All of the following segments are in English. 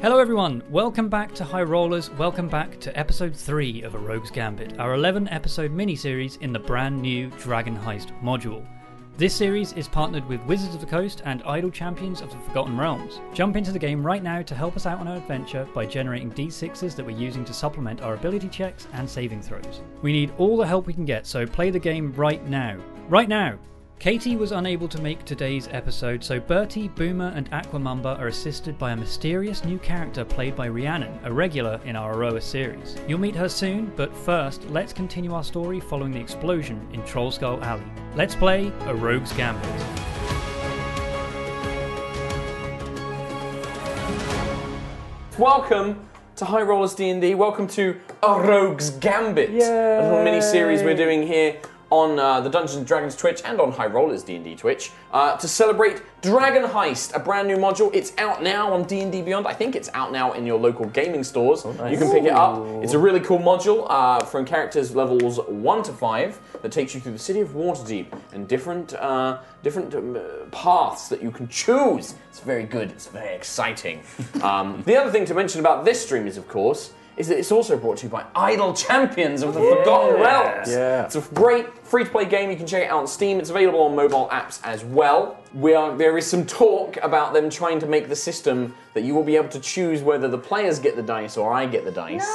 Hello, everyone. Welcome back to High Rollers. Welcome back to episode 3 of A Rogue's Gambit, our 11 episode miniseries in the brand new Dragon Heist module. This series is partnered with Wizards of the Coast and Idle Champions of the Forgotten Realms. Jump into the game right now to help us out on our adventure by generating d6s that we're using to supplement our ability checks and saving throws. We need all the help we can get, so play the game right now. Right now! Katie was unable to make today's episode, so Bertie, Boomer, and Aquamamba are assisted by a mysterious new character played by Rhiannon, a regular in our Aroa series. You'll meet her soon, but first, let's continue our story following the explosion in Trollskull Alley. Let's play A Rogue's Gambit. Welcome to High Rollers D&D. Welcome to A Rogue's Gambit, a little mini series we're doing here on uh, the Dungeons and Dragons Twitch and on High Rollers D&D Twitch uh, to celebrate Dragon Heist, a brand new module. It's out now on D&D Beyond. I think it's out now in your local gaming stores. You can pick it up. It's a really cool module uh, from characters levels one to five that takes you through the city of Waterdeep and different uh, different um, uh, paths that you can choose. It's very good. It's very exciting. um, the other thing to mention about this stream is, of course, is that it's also brought to you by Idle Champions of the Forgotten Realms. Yeah. It's a great free-to-play game. You can check it out on Steam. It's available on mobile apps as well. We are, there is some talk about them trying to make the system that you will be able to choose whether the players get the dice or I get the dice.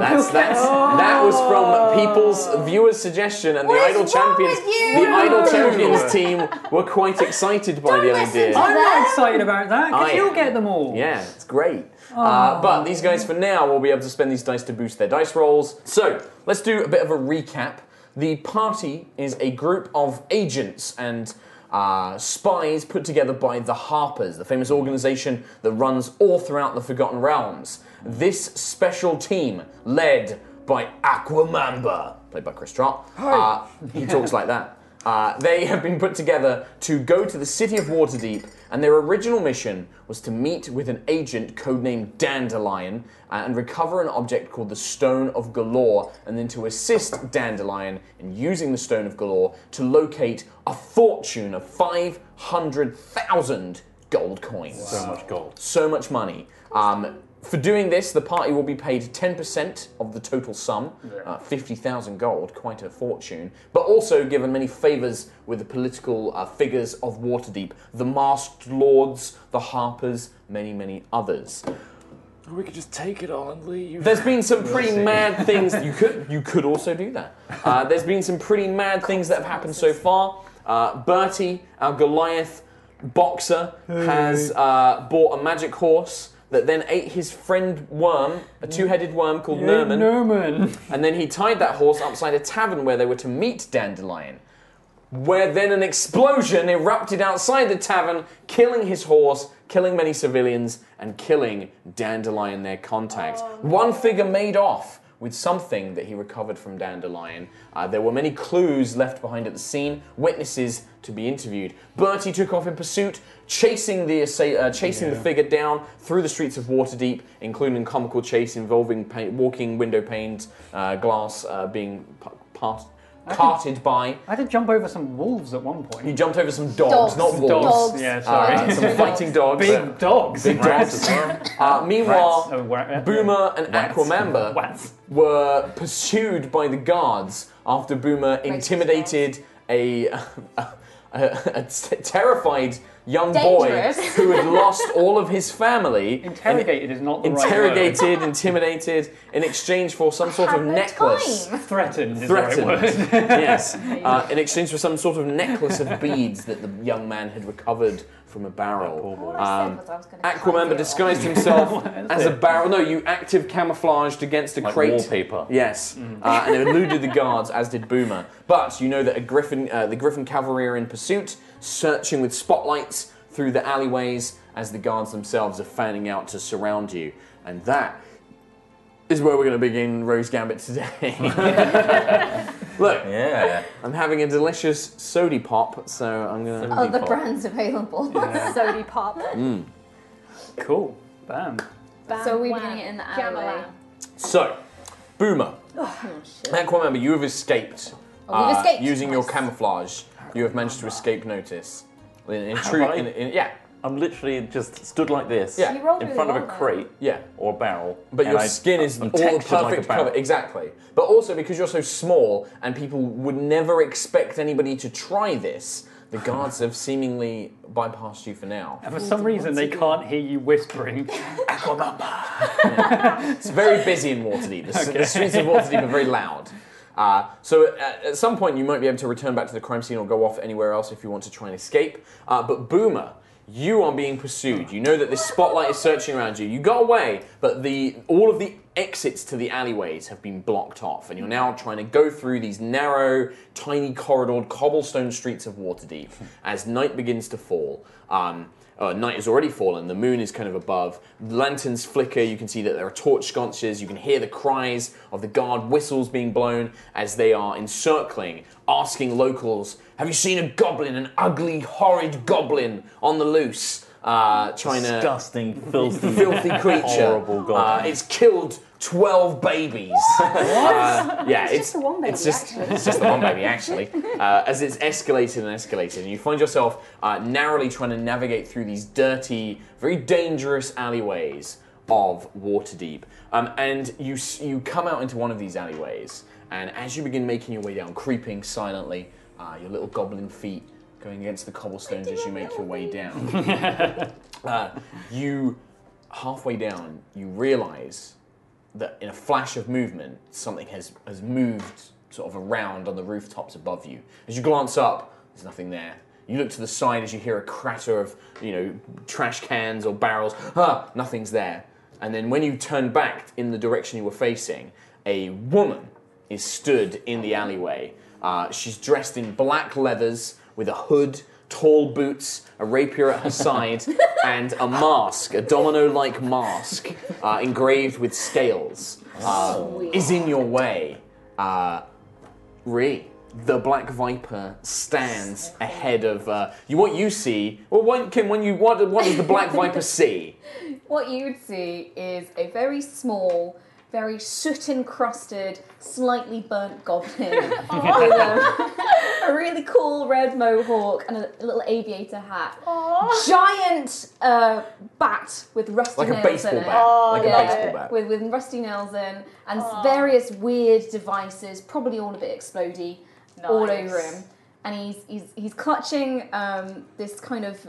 That's that's that was from people's viewers' suggestion, and Oh. What the is Idle wrong Champions, with you? the Idle Champions team were quite excited by the listen idea. to I'm not That- excited about that I am. you'll get them all. Oh, Yeah, it's great. Oh. Uh, but these guys, for now, will be able to spend these dice to boost their dice rolls. So let's do a bit of a recap. The party is a group of agents and uh, spies put together by the Harpers, the famous organization that runs all throughout the Forgotten Realms. This special team, led by Aquamamba, played by Chris Trott, uh, he talks like that. Uh, they have been put together to go to the city of Waterdeep, and their original mission was to meet with an agent codenamed Dandelion uh, and recover an object called the Stone of Galore, and then to assist Dandelion in using the Stone of Galore to locate a fortune of 500,000 gold coins So much gold. so much money. Um, for doing this, the party will be paid 10% of the total sum, uh, 50,000 gold, quite a fortune, but also given many favours with the political uh, figures of Waterdeep, the Masked Lords, the Harpers, many, many others. We could just take it all and leave. There's been some pretty mad things. You could you could also do that. Uh, there's been some pretty mad things that have happened so far. Uh, Bertie, our Goliath boxer, has uh, bought a magic horse that then ate his friend worm, a two-headed worm called Nerman, and then he tied that horse outside a tavern where they were to meet Dandelion. Where then an explosion erupted outside the tavern, killing his horse, killing many civilians, and killing Dandelion, their contact. One figure made off with something that he recovered from Dandelion. Uh, there were many clues left behind at the scene, witnesses to be interviewed. Bertie took off in pursuit, chasing the assa- uh, chasing the figure down through the streets of Waterdeep, including comical chase involving pa- walking window panes, uh, glass uh, being p- part- carted by. I had to jump over some wolves at one You point. jumped over some dogs, Dogs. not wolves. Dogs. Dogs. Yeah, sorry. Uh, some fighting dogs. Big dogs. Big dogs. Uh, meanwhile, Rats. Oh, wa- uh, Boomer and Rats. Aquamamba Rats. were pursued by the guards after Boomer intimidated a, a, a t- terrified young boy Dangerous. who had lost all of his family. and Interrogated is not the right Interrogated, intimidated, in exchange for some sort of Have no necklace. time. word. Threatened is Threatened. the right word. yes. Uh, in exchange for some sort of necklace of beads that the young man had recovered from a barrel. All I said was I was going to. Aquamember disguised himself as a barrel. No, you active camouflaged against a crate. wallpaper. Yes, uh, and it eluded the guards, as did Boomer. But you know that a griffin, uh, the Griffin cavalry are in pursuit, searching with spotlights through the alleyways as the guards themselves are fanning out to surround you. And that is where we're going to begin Rose Gambit today. Look, Yeah. I'm having a delicious sody pop, so I'm going to. Oh, the brand's available. Sody pop. cool. Bam. So we're doing it in the alleyway. So, Boomer. Aquamember, you have escaped. Uh, Oh, we've escaped. Using your Nice. camouflage, you have managed to escape notice. In, in true, I? in, in, yeah. I'm literally just stood like this Yeah. You rolled in really front well, of a though. crate Yeah. or a barrel. But and your I- skin is all I'm the perfect textured like a barrel. cover, exactly. But also because you're so small and people would never expect anybody to try this, the guards have seemingly bypassed you for now. For some reason, they can't hear you whispering. It's very busy in Waterdeep. The, s- the streets of Waterdeep are very loud. Uh, so at, at some point you might be able to return back to the crime scene or go off anywhere else if you want to try and escape. Uh, but Boomer, you are being pursued. You know that this spotlight is searching around you. You got away, but the all of the exits to the alleyways have been blocked off, and you're now trying to go through these narrow, tiny corridored cobblestone streets of Waterdeep as night begins to fall. Um, uh, night has already fallen. The moon is kind of above. Lanterns flicker. You can see that there are torch sconces. You can hear the cries of the guard whistles being blown as they are encircling, asking locals, "Have you seen a goblin? An ugly, horrid goblin on the loose?" Uh, trying to disgusting, filthy, filthy creature. horrible goblin. Uh, it's killed twelve babies. Uh, yeah, It's just the one baby, It's just, actually. it's just the one baby, actually. Uh, as it's escalated and escalated, and you find yourself uh, narrowly trying to navigate through these dirty, very dangerous alleyways of Waterdeep, um, and you s- you come out into one of these alleyways, and as you begin making your way down, creeping silently, uh, your little goblin feet going against the cobblestones as you make your way down Uh, you halfway down you realize that in a flash of movement something has has moved sort of around on the rooftops above you as you glance up there's nothing there you look to the side as you hear a cratter of you know trash cans or barrels ah nothing's there and then when you turn back in the direction you were facing a woman is stood in the alleyway uh, she's dressed in black leathers with a hood, tall boots, a rapier at her side, and a mask, a domino like mask uh, engraved with scales, uh, is in your way. Uh, Re, the Black Viper stands ahead of uh, you. What you see, well, when, Kim, when you what, what does the Black Viper see? What you would see is a very small, very soot encrusted, slightly burnt goblin with um, a really cool red mohawk and a little aviator hat. Giant uh, bat with rusty Like a nails baseball in it. bat, like Yeah, a baseball bat. With, with rusty nails in and s- various weird devices, probably all a bit explodey, all Nice. over him. And he's he's he's clutching um, this kind of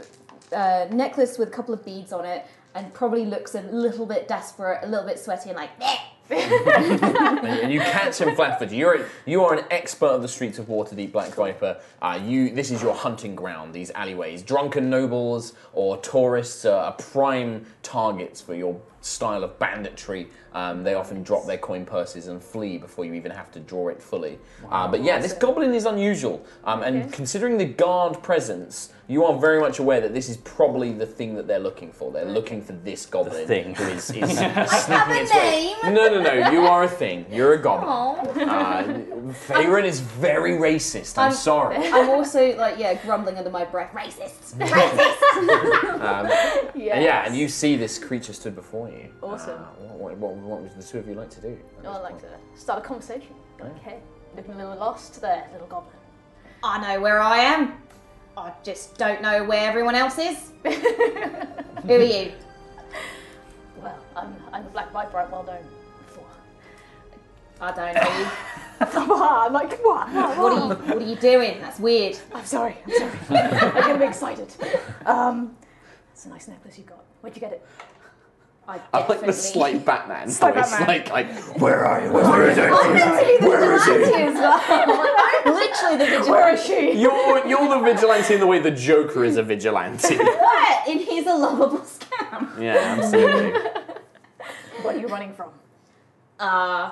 uh, necklace with a couple of beads on it, and probably looks a little bit desperate, a little bit sweaty, and like. "Eh." and, and you catch him flat-footed. You're a- you are an expert of the streets of Waterdeep, Black Viper. Uh, you this is your hunting ground. These alleyways, drunken nobles or tourists are, are prime targets for your style of banditry. Um, they often drop their coin purses and flee before you even have to draw it fully. Uh, but yeah, this goblin is unusual, um, and considering the guard presence. You are very much aware that this is probably the thing that they're looking for. They're looking for this goblin thing. who is, is have sneaking a its way. name. No, no, no. You are a thing. You're a goblin. Aw. Uh, Faerun is very racist. I'm, I'm- sorry. I'm also like yeah, grumbling under my breath. Racist. Racist. Yes. Yeah, and you see this creature stood before you. Awesome. Uh, what, what, what, what would the two of you like to do? at Oh, this I like point? to start a conversation. Okay. Looking a little lost there, little goblin. I know where I am. I just don't know where everyone else is. Who are you? Well, I'm, I'm a black viper, I'm well known for. I don't know you. I'm like, what? What? What are you, what are you doing? That's weird. I'm sorry, I'm sorry. I'm getting excited. Um, it's a nice necklace you got. Where'd you get it? I I like definitely- the slight Batman Slight voice. Batman. Like, like, where are you? Where is I'm it? literally the Where is he? vigilante as well. I'm literally the vigilante. Where is she? You're, you're the vigilante in the way the Joker is a vigilante. What? And he's a lovable scam. yeah, absolutely. What are you running from? Uh,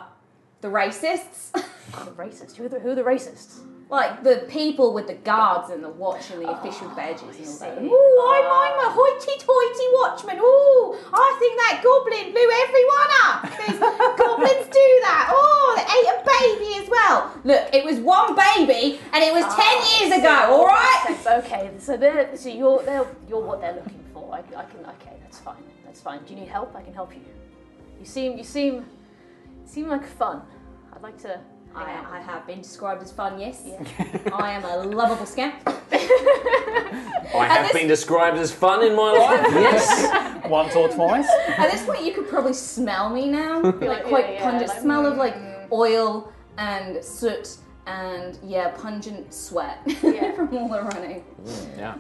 the racists? The racists. Who are the, who are the racists? like the people with the guards and the watch and the official badges and all that. see. Ooh, I'm, I'm a hoity-toity watchman. Ooh, I think that goblin blew everyone up. Because goblins do that. Oh, they ate a baby as well. Look, it was one baby and it was ten years ago. All right. That's okay. So they're so you're they're, you're what they're looking for. I, I can okay. That's fine. That's fine. Do you need help? I can help you. You seem you seem seem like fun. I'd like to I, out. I have been described as fun, yes. Yeah. I am a lovable scamp. I have this- been described as fun in my life. yes. Once or twice. At this point, you could probably smell me now, like yeah, quite yeah, pungent. like, mm. smell of like oil and soot and yeah, pungent sweat Yeah. from all the running. Yeah.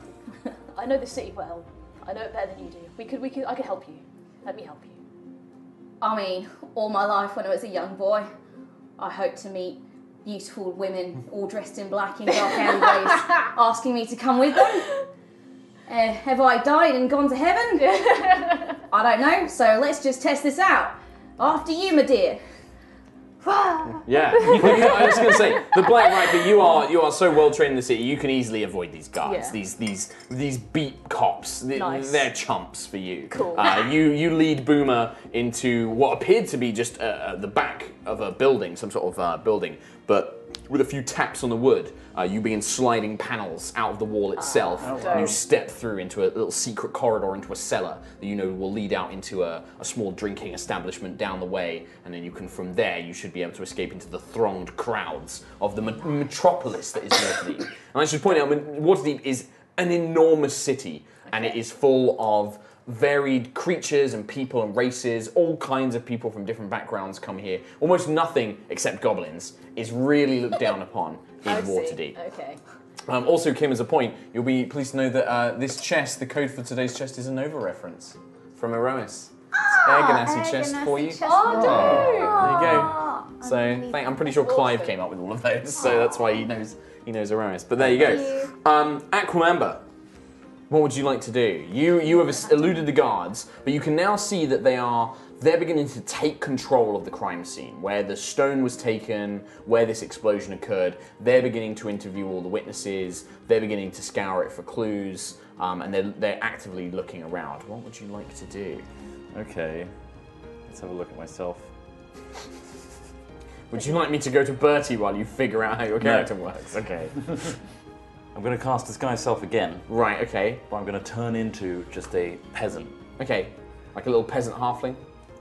I know the city well. I know it better than you do. We could, we could, I could help you. Let me help you. I mean, all my life when I was a young boy, I hoped to meet beautiful women all dressed in black in dark alleyways, asking me to come with them. Uh, have I died and gone to heaven? I don't know. So let's just test this out. After you, my dear. Yeah. I was going to say the black right, but you are you are so well trained in the city. You can easily avoid these guys. Yeah. These these these beat cops. They, Nice. They're chumps for you. Cool. Uh, you you lead Boomer into what appeared to be just uh, uh, the back of a building, some sort of uh, building, but. With a few taps on the wood, uh, you begin sliding panels out of the wall itself. Ah, and you step through into a little secret corridor into a cellar that you know will lead out into a, a small drinking establishment down the way, and then you can from there you should be able to escape into the thronged crowds of the me- metropolis that is Waterdeep. and I should point out, I mean, Waterdeep is an enormous city, and it is full of varied creatures and people and races. All kinds of people from different backgrounds come here. Almost nothing except goblins is really looked down upon in I see. Waterdeep. Okay. Um, also, Kim, as a point, you'll be pleased to know that uh, this chest, the code for today's chest, is a Nova reference from Erois. Ah, Erganassi chest for you. Oh, There you go. So thank, I'm pretty sure Clive came up with all of those, so that's why he knows he knows Erois. But there you go. Um, Aquamamba, what would you like to do? You you have es- eluded the guards, but you can now see that they are they're beginning to take control of the crime scene, where the stone was taken, where this explosion occurred. They're beginning to interview all the witnesses. They're beginning to scour it for clues, um, and they're they're actively looking around. What would you like to do? Okay. Let's have a look at myself. Would you like me to go to Bertie while you figure out how your character works? Okay. I'm going to cast disguise self again, Right. Okay. but I'm going to turn into just a peasant. Okay. Like a little peasant halfling.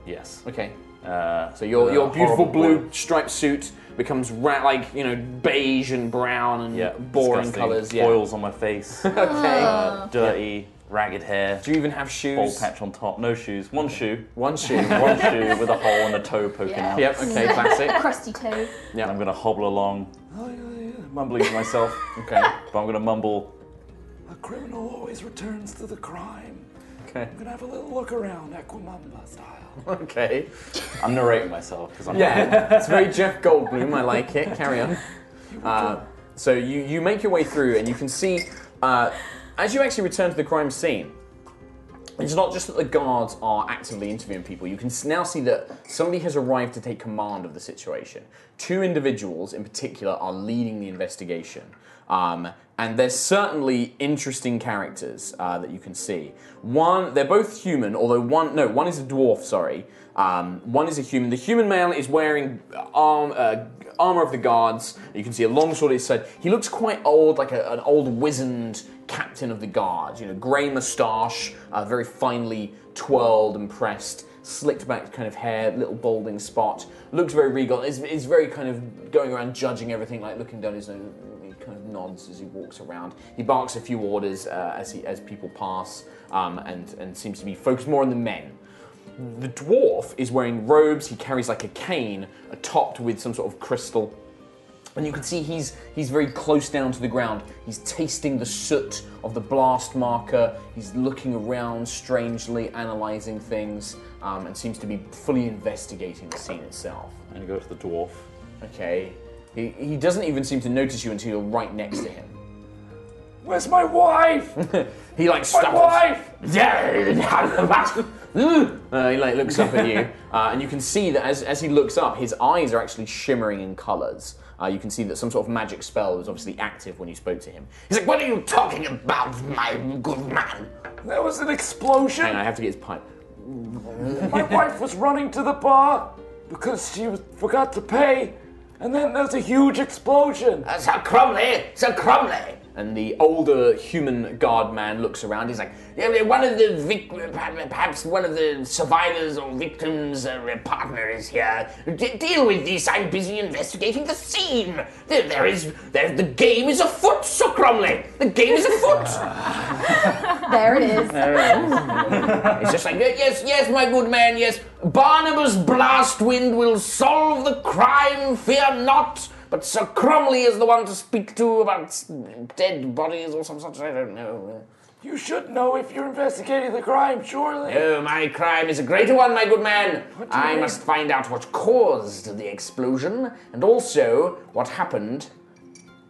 Yes. Okay. Uh, So your, your beautiful blue blue striped suit becomes ra- like you know beige and brown and yeah, boring disgusting. colours. Yeah. Oils on my face, Okay. uh, dirty, ragged hair, Do you even have ball shoes? patch on top, no shoes, one shoe, One shoe. one shoe with a hole and a toe poking Yeah. out. yep. Okay. Classic. Crusty toe. And I'm going to hobble along, Oh, mumbling to myself, Okay. but I'm going to mumble. A criminal always returns to the crime. Okay. I'm gonna have a little look around, Aquamamba style. Okay. I'm narrating myself because I'm Yeah. It's very Jeff Goldblum. I like it. Carry on. Uh, so you you make your way through and you can see uh, as you actually return to the crime scene. It's not just that the guards are actively interviewing people. You can s- now see that somebody has arrived to take command of the situation. Two individuals, in particular, are leading the investigation. Um, and they're certainly interesting characters uh, that you can see. One, they're both human, although one, no, one is a dwarf, sorry. Um, one is a human. The human male is wearing arm, uh, armor of the guards. You can see a long sword at his side. He looks quite old, like a, an old wizened captain of the guard. You know, grey moustache, uh, very finely twirled and pressed, slicked back kind of hair, little balding spot. Looks very regal. Is, is very kind of going around judging everything, like looking down his nose. He kind of nods as he walks around. He barks a few orders uh, as he as people pass, um, and and seems to be focused more on the men. The dwarf is wearing robes. He carries like a cane, uh, topped with some sort of crystal and you can see he's he's very close down to the ground. He's tasting the soot of the blast marker. He's looking around strangely, analysing things, um, and seems to be fully investigating the scene itself. going to go to the dwarf. Okay, he, he doesn't even seem to notice you until you're right next to him. Where's my wife? He like My stutters. wife! uh, he like looks up at you, uh, and you can see that as, as he looks up, his eyes are actually shimmering in colours. Uh, you can see that some sort of magic spell was obviously active when you spoke to him. He's like, "What are you talking about, my good man?" There was an Hang on, explosion! I have to get his pipe. My wife was running to the bar because she was, forgot to pay, and then there's a huge explosion. Uh, Sir Crumley, Sir Crumley, And the older human guard man looks around. He's like, "Yeah, one of the vic- perhaps one of the survivors or victims' uh, partner is here. De- deal with this. I'm busy investigating the scene. There, there is, there, the game is afoot, Sir Cromley. The game is afoot." There it is. It's just like, yes, yes, my good man, yes. Barnabas Blastwind will solve the crime, fear not. But Sir Cromley is the one to speak to about s- dead bodies or some such, I don't know. You should know if you're investigating the crime, surely. Oh, my crime is a greater one, my good man. do you I mean? must find out what caused the explosion and also what happened.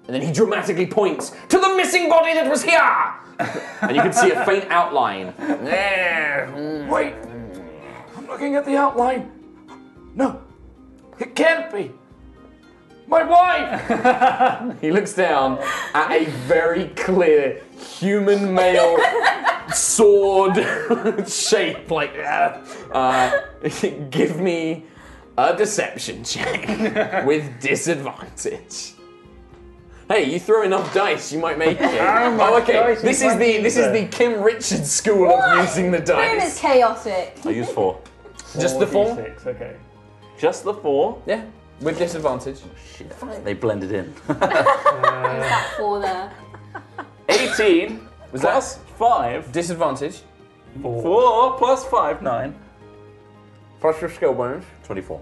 And then he dramatically points to the missing body that was here. and you can see a faint outline. There. mm. Wait, I'm looking at the outline. No, it can't be. My wife. He looks down at a very clear human male sword shape, like, uh, uh, give me a deception check with disadvantage. Hey, you throw enough dice, you might make it. Oh, okay. gosh, this you is the might this be is the Kim Richards school What? of using the Room is dice. chaotic. I use four. Just the four? Six, okay. Just the four. Yeah, with disadvantage. They blended in. That four there. 18 Was plus that 5. disadvantage? 4 plus 5, 9. Plus your skill bonus. 24.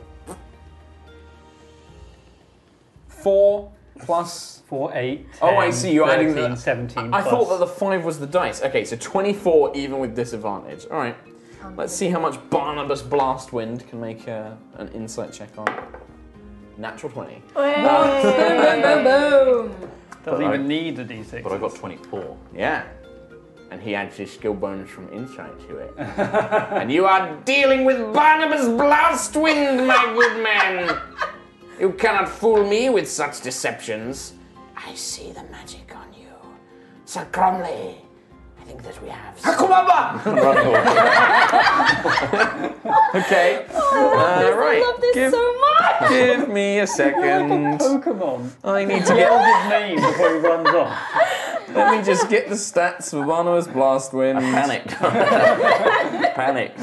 Four plus Four, eight. Oh, I 10, see, you're adding 13, the- 17. I thought that plus. the five was the dice. Okay, so 24 even with disadvantage. All right. Let's see how much Barnabas Blastwind can make uh, an insight check on. Natural 20. Boom, boom, boom, boom. doesn't But I- even need a d6. But I got 24. Yeah. And he adds his skill bonus from insight to it. and you are dealing with Barnabas Blastwind, my good man! You cannot fool me with such deceptions. I see the magic on you. Sir Cromley, I think that we have. Hakumaba! okay. All I right. love this so much. Give me a second. Pokemon. I need to get. His name before he runs off. Let me just get the stats for Barnabas Blastwind. Panic. Panic.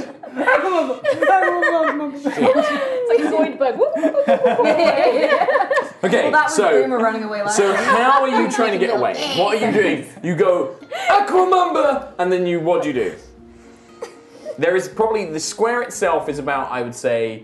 It's like Zoidberg. Woo, woo, woo, woo, woo. Okay, That was so. Boomer running away like So how are you trying to get away? What are you doing? You go Aquamumba, and then you what do you do? There is probably the square itself is about I would say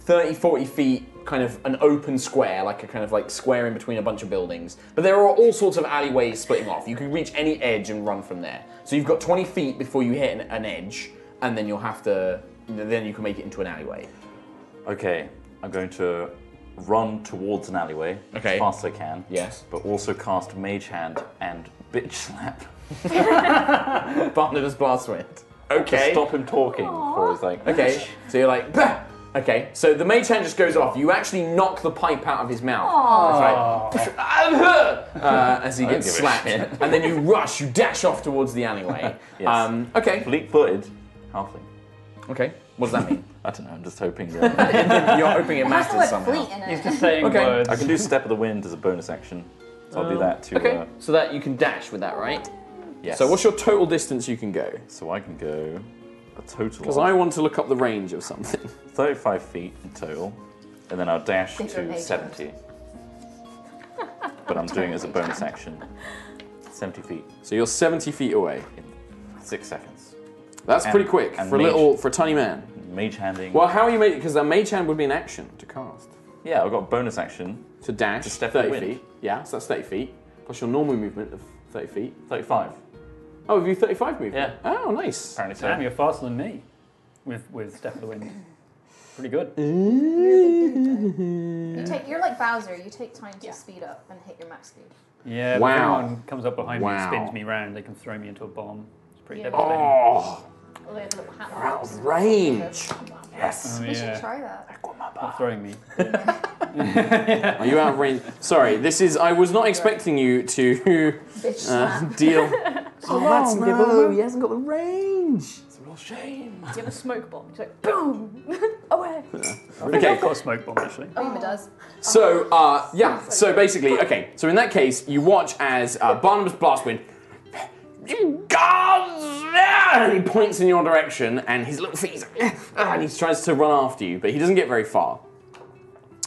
30, 40 feet, kind of an open square, like a kind of like square in between a bunch of buildings. But there are all sorts of alleyways splitting off. You can reach any edge and run from there. So you've got 20 feet before you hit an, an edge, and then you'll have to. Then you can make it into an alleyway. Okay, I'm going to run towards an alleyway Okay. as fast as I can. Yes. But also cast Mage Hand and Bitch Slap. Barnabas Blastwind. To Okay. stop him talking before he's like, Okay, so you're like, "Bah!" okay, so the mage hand just goes off. You actually knock the pipe out of his mouth. That's right. Uh, as he gets give a slapped. shit. And then you rush, you dash off towards the alleyway. Yes. um, okay, fleet footed halfling. okay. What does that mean? I don't know, I'm just hoping that. You're hoping it That's masters the word somehow. fleet in He's it. just saying Okay. words. I can do Step of the Wind as a bonus action. So I'll do that to. Um, Okay, Uh, so that you can dash with that, right? yes. So what's your total distance you can go? So I can go a total Because of I want to look up the range of something. 35 feet in total, and then I'll dash Think of to Mage 70. but I'm doing it as a bonus action. 70 feet, So you're 70 feet away. six seconds. That's And- pretty quick and for a mage. little, for a tiny man. Mage handing. Well, how are you making? Because a mage hand would be an action to cast. Yeah, I've got a bonus action. to dash To step 30 in the wind. feet. Yeah, so that's 30 feet. Plus your normal movement of 30 feet. 35. Oh, have you 35 movement? Yeah. Oh, nice. Apparently so. Damn, you're faster than me with, with Step of the Wind. Pretty good. You take, you're like Bowser. You take time to speed up and hit your max speed. Yeah, Wow. if anyone comes up behind me Wow. and spins me round, they can throw me into a bomb. It's pretty Yeah. devastating. Oh, Although the little hat out works. of range. Yes. Oh, We should yeah. try that. Not throwing me. Are you out of range? Sorry, this is. I was not expecting you to Bitch uh, slap. deal. oh, that's no. He hasn't got the range. It's a real shame. You have a smoke bomb. It's like boom. Away. Oh. Okay. I've got a smoke bomb actually. Uma does. So, uh, yeah, so basically, okay, so in that case, you watch as uh, Barnabas Blastwind. "You gods!" And he points in your direction, and his little feet, he's like, "Ah," and he tries to run after you, but he doesn't get very far.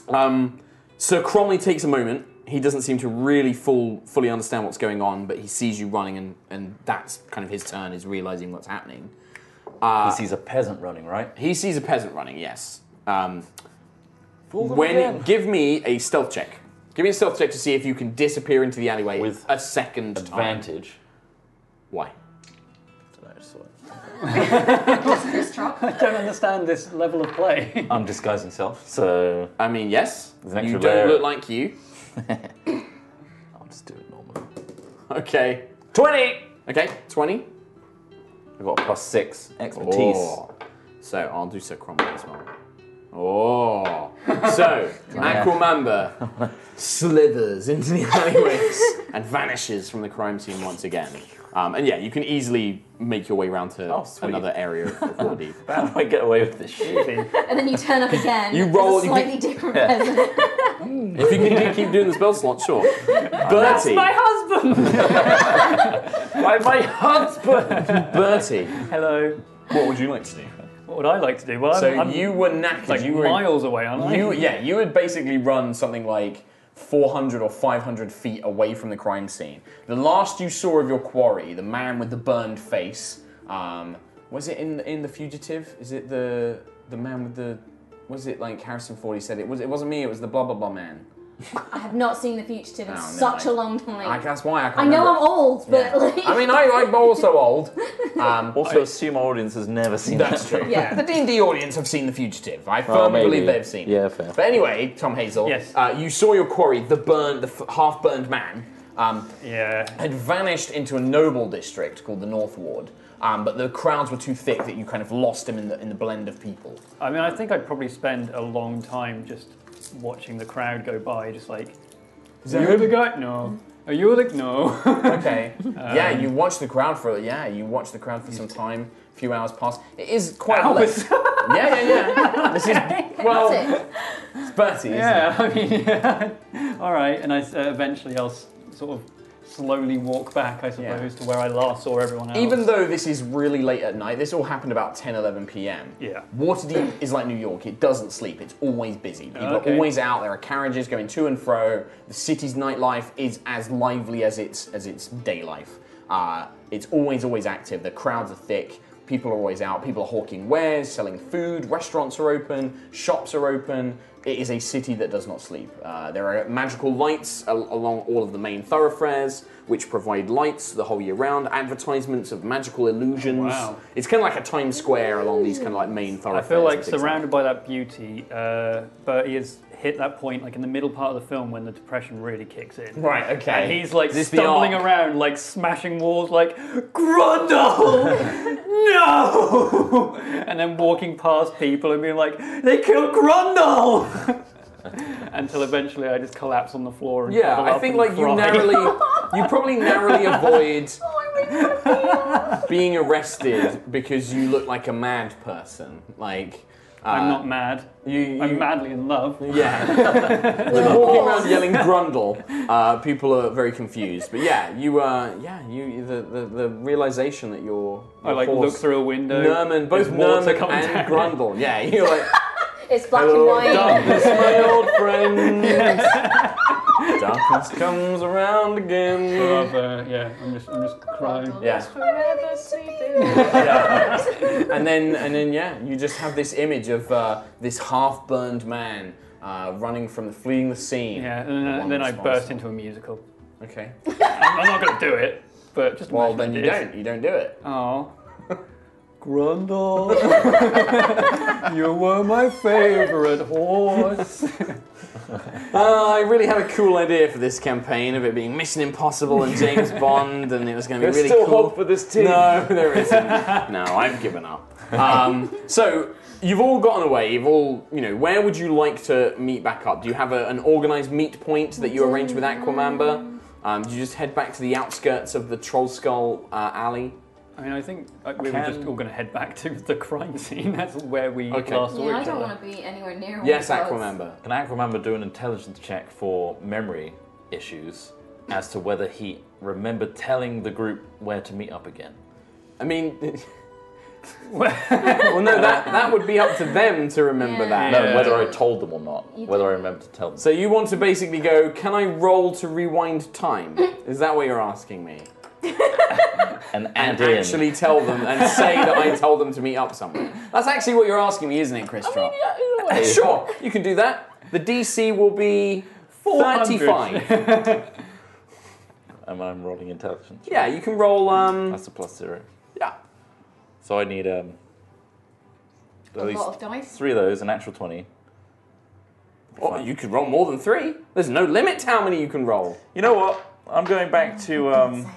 Um, Sir Cromley takes a moment. He doesn't seem to really full, fully understand what's going on, but he sees you running, and, and that's kind of his turn, is realizing what's happening. he sees a peasant running, right? He sees a peasant running, yes. Um, when give me a stealth check. Give me a stealth check to see if you can disappear into the alleyway With a second time. Advantage. Why? Dunno, just saw it. Chris Trot. I don't understand this level of play. I'm disguising self, so I mean, yes. There's an You extra don't layer. look like you. I'll just do it normally. Okay. Twenty. Okay, twenty. I've got a plus six expertise. Oh. So I'll do Sir Cromwell as well. Oh. So Aquamamba slithers into the alleyways and vanishes from the crime scene once again. Um, and yeah, you can easily make your way round to Oh, sweet. another area of of Waterdeep. How do I get away with this shit? And then you turn up again. You as roll- A you slightly get- different Yeah. peasant. If you can do, keep doing the spell slot, sure. Bertie, husband. my, my husband, Bertie. Hello. What would you like to do? What would I like to do? Well, I'm, So I'm you were knackered. like you were miles away, aren't I? You yeah, you had basically run something like 400 or 500 feet away from the crime scene. The last you saw of your quarry, the man with the burned face, um, was it in in the fugitive? Is it the the man with the was it like Harrison Ford? He said it was. It wasn't me. It was the blah blah blah man. I have not seen The Fugitive in Oh, never such a mind. long I, time. that's why I can't. I, know I'm remember. old, but like. I mean, I, I'm also old. Um, Also, assume our audience has never seen That's that. true. Yeah. The D&D audience have seen The Fugitive. I Well, firmly maybe. believe they've seen it. Yeah, fair. But anyway, Tom Hazel, Yes. uh, you saw your quarry, the burned, the f- half-burned man, um, Yeah. had vanished into a noble district called the North Ward. Um, but the crowds were too thick that you kind of lost him in the, in the blend of people. I mean, I think I'd probably spend a long time just watching the crowd go by, just like, that- you're the guy? No. Are you the no? Okay. yeah, Um, you watch the crowd for yeah, you watch the crowd for some time. A few hours pass. It is quite Hours? late. yeah, yeah, yeah. This is well, That's it. it's Bertie. Isn't it? yeah. I mean, yeah. all right. And I s- uh, eventually I'll s- sort of slowly walk back, I Yeah. suppose, to where I last saw everyone else. Even though this is really late at night, this all happened about 10, 11 p.m. Yeah. Waterdeep is like New York. It doesn't sleep. It's always busy. People okay. are always out. There are carriages going to and fro. The city's nightlife is as lively as its as its day life. Uh, it's always always active. The crowds are thick. People are always out. People are hawking wares, selling food. Restaurants are open. Shops are open. It is a city that does not sleep. Uh, there are magical lights al- along all of the main thoroughfares, which provide lights the whole year round. Advertisements of magical illusions. Wow. It's kind of like a Times Square along these kind of like main I thoroughfares. feel like and things surrounded by that beauty, uh, Bertie has hit that point, like in the middle part of the film when the depression really kicks in. Right, okay. And he's like Is this the stumbling arc? around, like smashing walls, like Grundle, no, and then walking past people and being like, they killed Grundle. Until eventually, I just collapse on the floor. And Yeah, cuddle I up think and like cry. you narrowly, you probably narrowly avoid Oh, being arrested because you look like a mad person. Like uh, I'm not mad. You, you, I'm madly in love. Yeah, I'm walking walking around yelling Grundle. Uh, people are very confused. But yeah, you uh, yeah, you the, the, the realization that you're. I like horse, look through a window. Nerman, both there's water Nerman coming and down. Grundle. Yeah, you're like It's black and white. darkness, my old friend. darkness comes around again. Love, uh, yeah, I'm just, I'm just crying. Yeah. Oh, Forever sleeping. and then and then yeah, you just have this image of uh, this half-burned man uh, running from the fleeing the scene. Yeah, and then, uh, One then I response. burst into a musical. Okay. I'm, I'm not going to do it, but just Well, then imagine you I did. don't. You don't do it. Oh. Grundle, you were my favourite horse. Uh, I really had a cool idea for this campaign of it being Mission Impossible and James Bond, and it was going to be really cool. for this team. No, there isn't. no, I've given up. Um, so you've all gotten away. You've all, you know, where would you like to meet back up? Do you have a, an organised meet point that you arrange with Aquamamba? Um, do you just head back to the outskirts of the Troll Skull uh, Alley? I mean, I think uh, we were Can- just all going to head back to the crime scene. That's where we Okay. last saw Yeah, I each don't other. want to be anywhere near. all Yes, the cars. Aquamember. Can I remember do an intelligence check for memory issues as to whether he remembered telling the group where to meet up again? I mean, well, no, that, that would be up to them to remember Yeah. that. No, Yeah. whether I told them or not. You whether I did. remember to tell them. So you want to basically go, can I roll to rewind time? Is that what you're asking me? and And add in. actually tell them and say that I told them to meet up somewhere. That's actually what you're asking me, isn't it, Chris? Trott? Sure, you can do that. The DC will be 35. Am I rolling intelligence? yeah, you can roll, um, That's a plus zero. yeah. So I need um, at A least lot of dice. three of those, an actual 20. Oh, you could roll more than three. There's no limit to how many you can roll. You know what? I'm going back to um,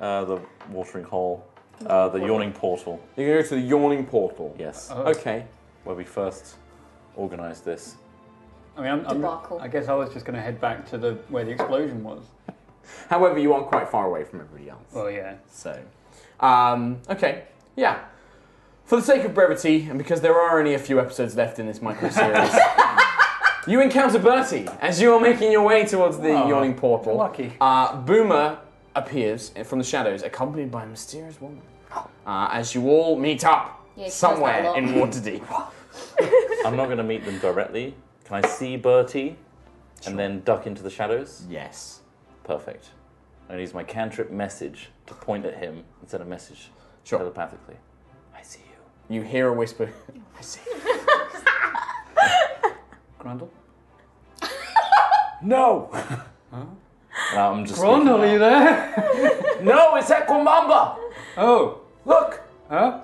uh, the watering hole, uh, the yawning portal. You can go to the yawning portal. Yes, Okay. where we first organised this. I mean, I'm, Debacle. I'm, I guess I was just going to head back to the where the explosion was. However, you aren't quite far away from everybody else. Well, yeah. So, um, okay, yeah. For the sake of brevity, and because there are only a few episodes left in this micro series, you encounter Bertie as you are making your way towards the Oh, yawning portal. lucky. Uh, Boomer appears from the shadows, accompanied by a mysterious woman. Uh, as you all meet up Yeah, she does that a somewhere lot. in Waterdeep. I'm not going to meet them directly. Can I see Bertie and then duck into the shadows? yes. Perfect. I'm going to use my cantrip message to point at him and send a message Sure. telepathically. I see you. You hear a whisper. I see. Grundle? No! And I'm just. Grundle, are you there? No, it's Equimamba! Oh. Look! Huh?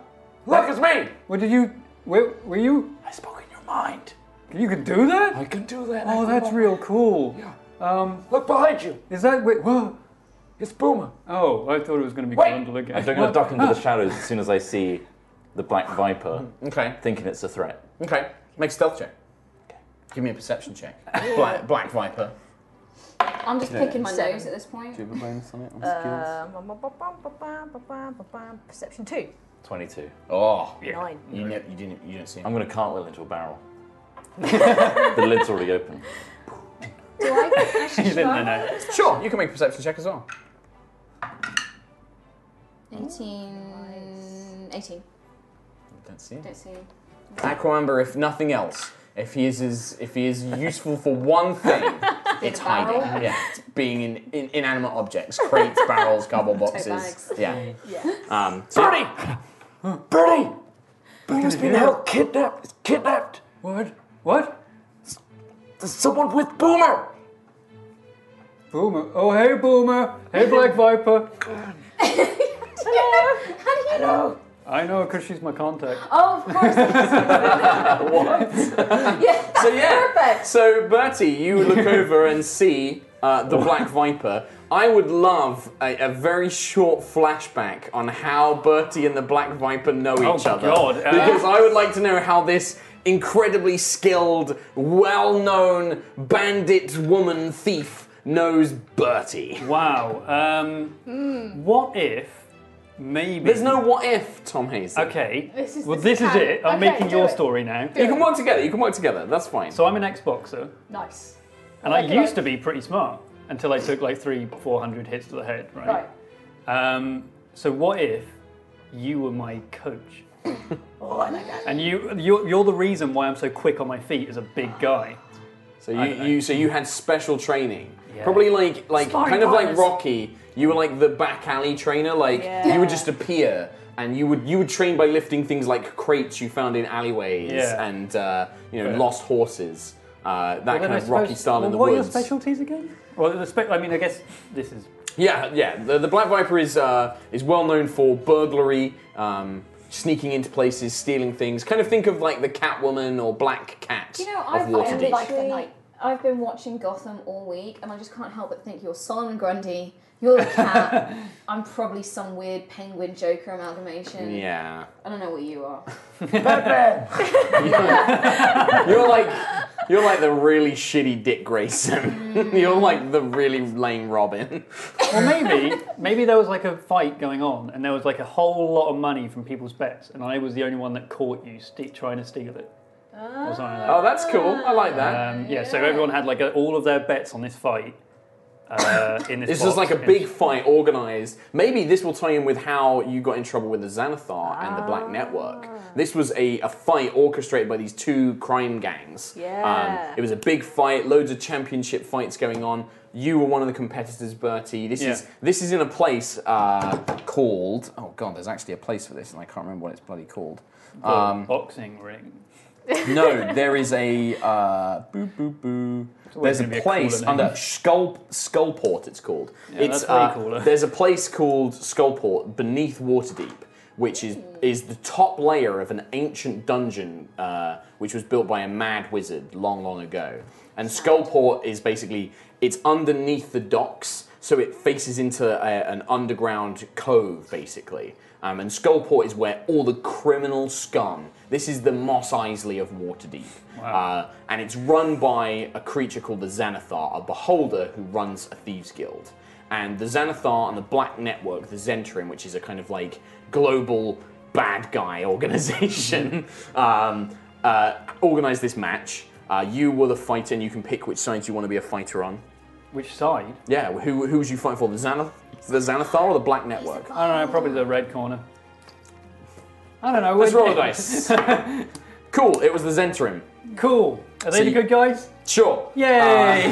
Look, it's me! What did you. Where, were you. I spoke in your mind. You could do that? I can do that. Oh, that's Equimamba. real cool. Look behind you. Is that. Wait, whoa. It's Boomer. Oh, I thought it was going to be Wait. Grundle again. I'm going to duck into the shadows as soon as I see the Black Viper, Okay. thinking it's a threat. Okay. Make a stealth check. Give me a perception check. Black, Black Viper. I'm just picking my nose at this point. have a bonus on it? On Um, ba- ba- ba- ba- ba- ba- ba- ba- ba- Perception two. 22. oh, Nine. you, know, you didn't. You didn't see. I'm Him. going to cartwheel into a barrel. the lid's already open. Do I? I should No, try? no. Sure, you can make a perception check as well. 18. 18. Don't see him. Don't see. Aquamber, if nothing else, if he is as, if he is useful for one thing, it's a hiding. barrel. Yeah, it's being in, in inanimate objects, crates, barrels, cardboard boxes. bags. Yeah. Yeah. Um, Bernie! Bernie! Bernie's been held kidnapped. Kidnapped. What? What? There's someone with Boomer. Boomer. Oh, hey, Boomer. Hey, Black Viper. Hello. How do you know? I know because she's my contact. Oh, of course. Yeah. So yeah. Perfect. So Bertie, you look over and see uh, the Black Viper. I would love a, a very short flashback on how Bertie and the Black Viper know each other. God, uh, Because I would like to know how this incredibly skilled, well-known bandit woman thief knows Bertie. Wow. Um, Hmm. What if maybe. There's no what if, Tom Hayes. Okay. This is- well, this this is is canon. it. I'm Okay, making do your it. story now. You can work together. You can work together. That's fine. So I'm an Xboxer, Nice. and I like it, used like- to be pretty smart until I took like three, four hundred hits to the head, right? Right. Um, so what if you were my coach, Oh, I like that. and you you're, you're the reason why I'm so quick on my feet as a big guy? So I don't you, know. you so you had special training, Yeah. probably like like Sparring kind of like partners. Rocky. You were like the back alley trainer. Like you would Yeah. just appear, and you would you would train by lifting things like crates you found in alleyways Yeah. and uh, you know Yeah. lost horses. Uh, that Well, kind then I of Rocky suppose- style well, in the what woods. are your specialties again? Well, the spe- I mean, I guess this is Yeah, yeah. The, the Black Viper is uh, is well known for burglary, um, sneaking into places, stealing things. Kind of think of like the Catwoman or Black Cat You know, of I've Waterdeep. literally, Like the night. I've been watching Gotham all week, and I just can't help but think you're Solomon Grundy. You're the cat. I'm probably some weird penguin Joker amalgamation. yeah. I don't know what you are. You're like You're like the really shitty Dick Grayson. You're like the really lame Robin. Or maybe, maybe there was like a fight going on, and there was like a whole lot of money from people's bets, and I was the only one that caught you ste- trying to steal it. Or something like that. Oh, that's cool. I like that. Um, yeah, so everyone had like a, all of their bets on this fight. Uh, in this This was box. like a big fight organized. Maybe this will tie in with how you got in trouble with the Xanathar and the Black Network. Ah. This was a, a fight orchestrated by these two crime gangs. Um, Yeah. it was a big fight, loads of championship fights going on. You were one of the competitors, Bertie. This is Yeah. this is in a place uh, called oh god, there's actually a place for this, and I can't remember what it's bloody called. Um, boxing ring. no, there is a uh, boo boo boo. always There's a gonna be a cooler place name. under Skull Skullport. It's called. it's that's way uh, cooler. There's a place called Skullport beneath Waterdeep, which is is the top layer of an ancient dungeon, uh, which was built by a mad wizard long, long ago. And Skullport is basically it's underneath the docks, so it faces into a, an underground cove, basically. Um, and Skullport is where all the criminal scum. This is the Moss Eisley of Waterdeep, uh, and it's run by a creature called the Xanathar, a beholder who runs a thieves guild. And the Xanathar and the Black Network, the Zentrim, which is a kind of like global bad guy organization, um, uh, organized this match. Uh, you were the fighter, and you can pick which side you want to be a fighter on. Which side? Yeah, who, who would you fight for? The Xanath- the Xanathar or the Black Network? I don't know, probably the red corner. I don't know. Let's what- roll the dice. cool, it was the Zentrim. Cool. Are they So the you- good guys? Sure. Yay!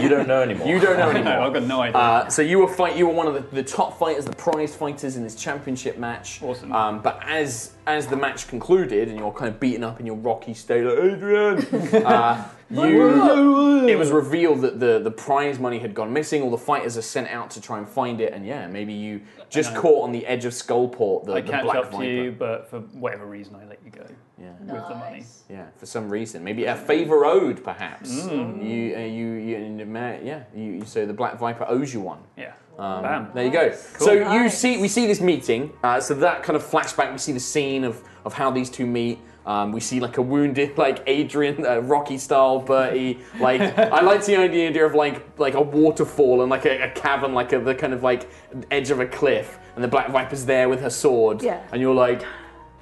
You don't know anymore. You don't know no, anymore. Um, I've got no idea. Uh, so you were fight. You were one of the, the top fighters, the prize fighters in this championship match. Awesome. Um, but as as the match concluded, and you're kind of beaten up in your rocky state, like Adrian, uh, you, it was revealed that the the prize money had gone missing. All the fighters are sent out to try and find it, and yeah, maybe you just know. caught on the edge of Skullport, the, I the catch Black up Viper. to you, but for whatever reason, I let you go Yeah. with the money. Yeah, for some reason, maybe a Mm. favour owed, perhaps. You, uh, you, you, and, uh, yeah. You, you- so the Black Viper owes you one. Yeah. Um, Bam. There you go. Cool. So you Nice. see, we see this meeting. Uh, so that kind of flashback, we see the scene of, of how these two meet. Um, we see like a wounded, like Adrian, uh, Rocky style Bertie. Like I like the idea idea of like like a waterfall and like a, a cavern, like a, the kind of like edge of a cliff, and the Black Viper's there with her sword. Yeah. And you're like.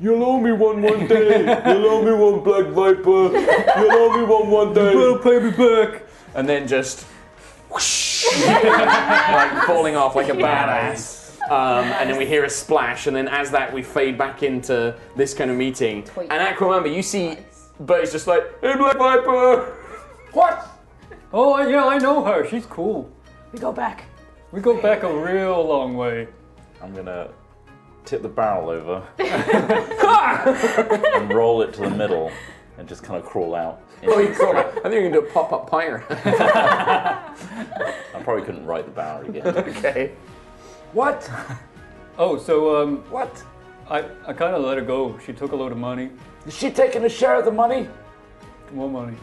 You'll owe me one one day. You'll owe me one Black Viper. You'll owe me one one day. You pay me back. And then just whoosh, like falling off like a badass. Um, and then we hear a splash, and then as that we fade back into this kind of meeting. Tweet. And Aquamamba, you see, but it's just like, hey Black Viper, what? Oh, yeah, I know her. She's cool. We go back. We got back a real long way. I'm gonna tip the barrel over and roll it to the middle and just kind of crawl out. Oh, you call it. I think you're gonna do a pop-up pyre. I probably couldn't write the barrel again. okay. What? Oh, so um, What? I, I kind of let her go. She took a load of money. Is she taking a share of the money? More money.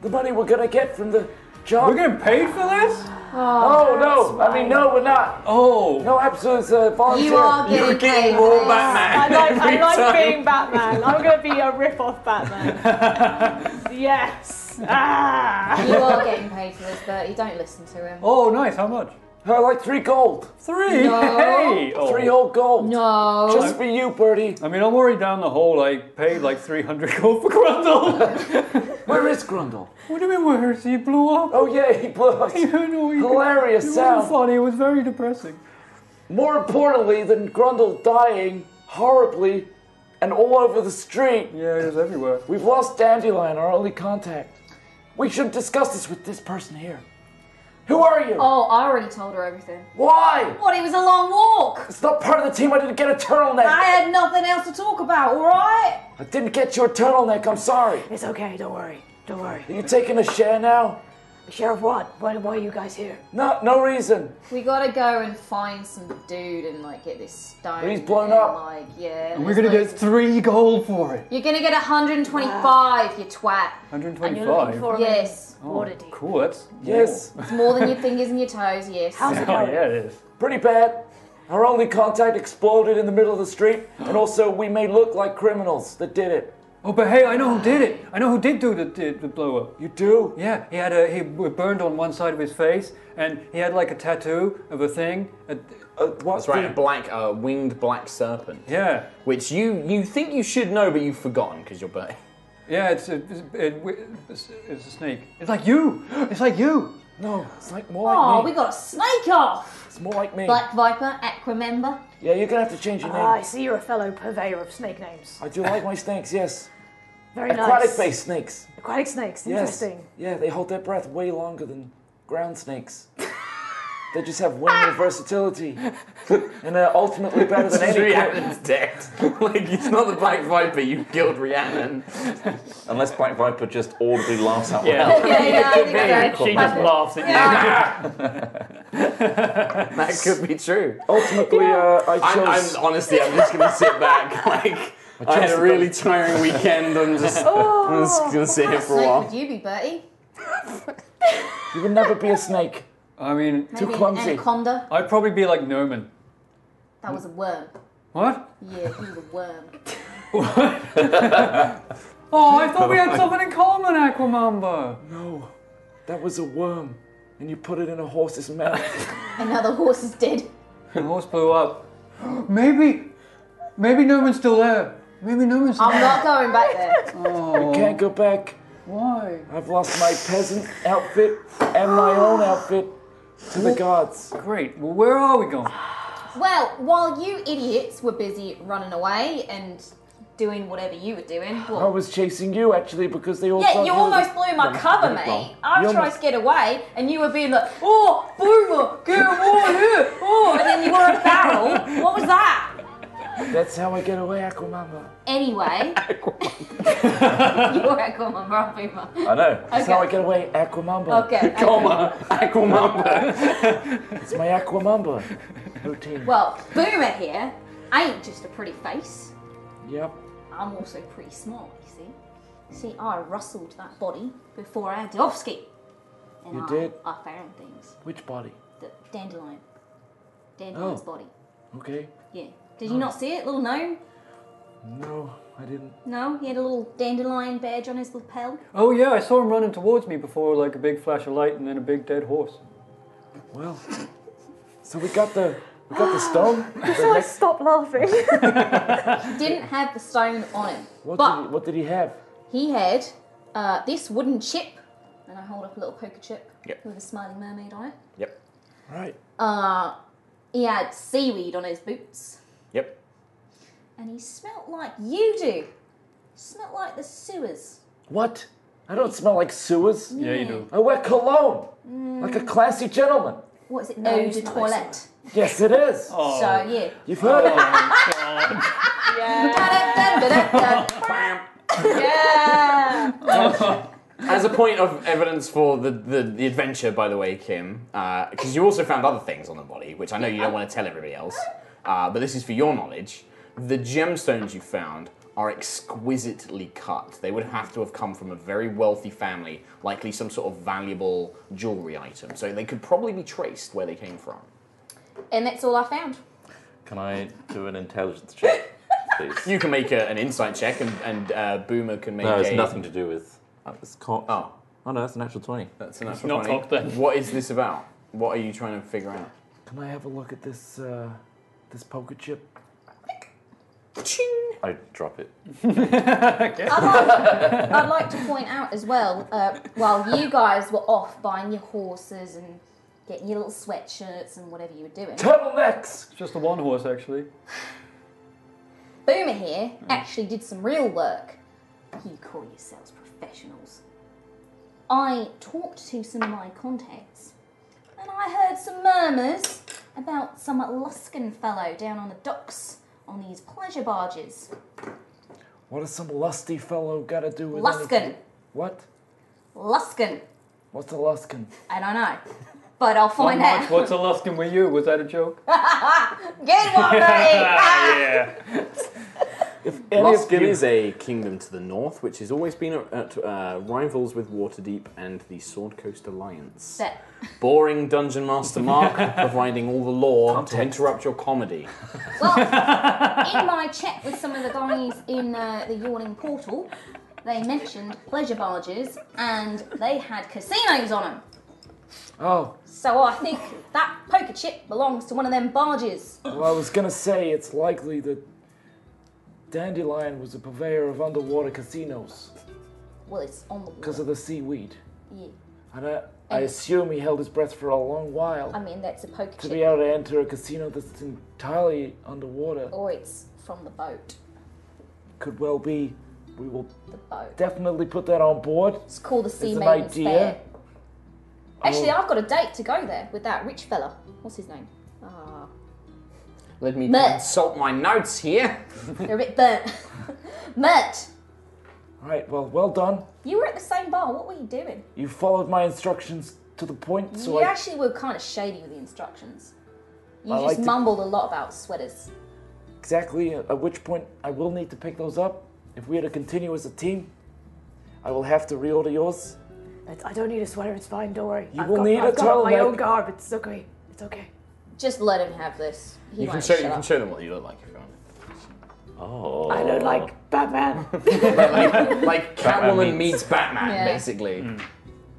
The money we're gonna get from the job? We're getting paid for this? oh no! I mean, no, we're not. Oh, No, absolute uh, volunteer. You are getting paid. for I like, I Every like time. being Batman. I'm gonna be a rip-off Batman. yes. Ah. this. You are getting paid for this, Bertie. Don't listen to him. oh, nice. How much? Uh, like three gold. Three. No. Hey. Oh. Three old gold. No. Just for you, Bertie. I mean, I'm already down the hole. I paid like 300 gold for Grundle. Where is Grundle? what do you mean, where's he blew up? Oh yeah, he blew us. You know, he- Hilarious it wasn't sound. funny. It was very depressing. More importantly than Grundle dying horribly and all over the street, Yeah, it was everywhere. we've lost Dandelion, our only contact. We should discuss this with this person here. Who are you? Oh, I already told her everything. Why? What? It was a long walk. It's not part of the team. I didn't get a turtleneck. I I, had nothing else to talk about. All right. didn't get your turtleneck. I'm sorry. It's okay. Don't worry. Don't worry. Are you taking a share now? Sheriff, what? Why, why are you guys here? No, no reason. We gotta go and find some dude and like get this stone. He's blown and, up. Like, yeah. We're gonna get there's loads of- three gold for it. You're gonna get 125, you twat. And you're looking 125. for him Yes. in Waterdeep. Cool. That's Yes, It's more than your fingers and your toes. Yes. How's it Oh going? yeah, it is. pretty bad. Our only contact exploded in the middle of the street, and also we may look like criminals that did it. Oh, but hey, I know who did it. I know who did do the, the, the blow up. You do? Yeah, he had a he was burned on one side of his face, and he had like a tattoo of a thing. A, Uh, what's That's right, a black, uh, winged black serpent, yeah, which you you think you should know, but you've forgotten because you're burning. yeah, it's a, it's, a- it's, a- it's a snake. It's like you. It's like you. No, it's like more like Oh, me. we got a snake off. It's more like me. Black Viper, Aquamember. Yeah, you're gonna have to change your name. Ah, I see you're a fellow purveyor of snake names. I do like my snakes, yes. Very Aquatic nice. based snakes. Aquatic snakes. Yes. Interesting. Yeah, they hold their breath way longer than ground snakes. they just have way more versatility. and they're ultimately better than any. Rhiannon's dead. like it's not the Black Viper. You killed Rhiannon. Unless Black Viper just audibly laughs out Yeah. loud. Yeah, yeah, I think so. She just laughs at you. That could be true. Ultimately, uh, I I'm, chose. I'm honestly, I'm just gonna sit back. Like I had a really tiring weekend. I'm just, I'm just gonna sit here What for a snake would while. you be, Bertie? You would never be a snake. I mean, Maybe an clumsy. anaconda. I'd probably be like Noman. That was a worm. What? Yeah, he was a worm. Oh, I thought we had something in common, Aquamamba. No, that was a worm. And you put it in a horse's mouth. And now the horse is dead. The horse blew up. Maybe, maybe Noman's still there. Maybe Noman's still I'm there. not going back there. Oh. I can't go back. Why? I've lost my peasant outfit and my own outfit to the gods. Great. Well, where are we going? Well, while you idiots were busy running away and doing whatever you were doing, I what? was chasing you actually because they all Yeah, thought you were the- almost blew my cover, mate. I You tried almost- to get away, and you were being like, "Oh, boomer, get away here!" Oh, and then you were a barrel. What was that? That's how I get away, Aquamamba. Anyway, you were at Gorman, right, boomer. I know. That's how I get away, Aquamamba. Okay. okay. Comma, Aquamamba. It's my Aquamamba routine. Well, Boomer here ain't just a pretty face. Yep. I'm also pretty smart, you see. See, I rustled that body before I had to off ski. And You I, did? I found things. Which body? The dandelion. Dandelion's Oh. body. Okay. Yeah. Did you Oh. not see it? Little gnome? No, I didn't. No? He had a little dandelion badge on his lapel. Oh yeah, I saw him running towards me before, like a big flash of light and then a big dead horse. Well, so we got the we got the stone. So I stop laughing. He didn't have the stone on him. What but did he, what did he have? he had uh, this wooden chip, and I hold up a little poker chip Yep. with a smiling mermaid on it. Yep, Right. Uh, he had seaweed on his boots, yep. and he smelt like you do. Smelt like the sewers. What? I don't smell like sewers. Yeah, you do. I wear cologne, like a classy gentleman. What is it? No, Eau he de smelled like toilette. Yes, it is. So yeah. You've heard it. yeah. As a point of evidence for the, the, the adventure, by the way, Kim, because you also found other things on the body, which I know you don't want to tell everybody else, uh, but this is for your knowledge. The gemstones you found are exquisitely cut. They would have to have come from a very wealthy family, likely some sort of valuable jewelry item. So they could probably be traced where they came from. And that's all I found. Can I do an intelligence check, please? You can make a, an insight check, and, and uh, Boomer can make no, it's a- nothing to do with. uh, It's co- Oh, oh no, that's an actual twenty. that's enough. not cocked then. What is this about? What are you trying to figure out? Can I have a look at this uh, this poker chip? I drop it. I'd like, I'd like to point out as well, uh, while you guys were off buying your horses and getting your little sweatshirts and whatever you were doing, Turtlenecks. It's just the one horse actually. Boomer here actually did some real work. You call yourselves professionals. I talked to some of my contacts, and I heard some murmurs about some Luskin fellow down on the docks on these pleasure barges. What does some lusty fellow got to do with Luskin! anything? What? Luskin! What's a luskin? I don't know. But I'll Not find much. out. What's a Luskin with you? Was that a joke? Get one, buddy! Ah! yeah. If any of Luskin you, is a kingdom to the north, which has always been at uh, rivals with Waterdeep and the Sword Coast Alliance. Set. Boring Dungeon Master Mark, providing all the lore to interrupt your comedy. Well, in my chat with some of the guys in uh, the Yawning Portal, they mentioned pleasure barges and they had casinos on them. oh, So I think that poker chip belongs to one of them barges. well, I was gonna say it's likely that Dandelion was a purveyor of underwater casinos Well, it's on the because water. of the seaweed, Yeah. and I, I assume he held his breath for a long while I mean, that's a poker to chip. be able to enter a casino that's entirely underwater. Or it's from the boat. Could well be. We will The boat. definitely put that on board. It's called the Sea It's an Maiden's idea. Oh. Fair. Actually, I've got a date to go there with that rich fella. What's his name? Ah, Let me Meh. consult my notes here. they're a bit burnt. Mert, All right. Well, well done. you were at the same bar. What were you doing? You followed my instructions to the point, so you I actually were kind of shady with the instructions. You I just like to- mumbled a lot about sweaters. exactly at which point I will need to pick those up. If we are to continue as a team, I will have to reorder yours. It's- I don't need a sweater. It's fine. Don't worry. You I've will got, need I've a got turtleneck. my own garb. It's okay. It's okay. Just let him have this. He You might can show, shut you can up. show them what you look like if you want. Oh. I don't like Batman. Batman Like Catwoman meets- meets Batman, Yeah. basically.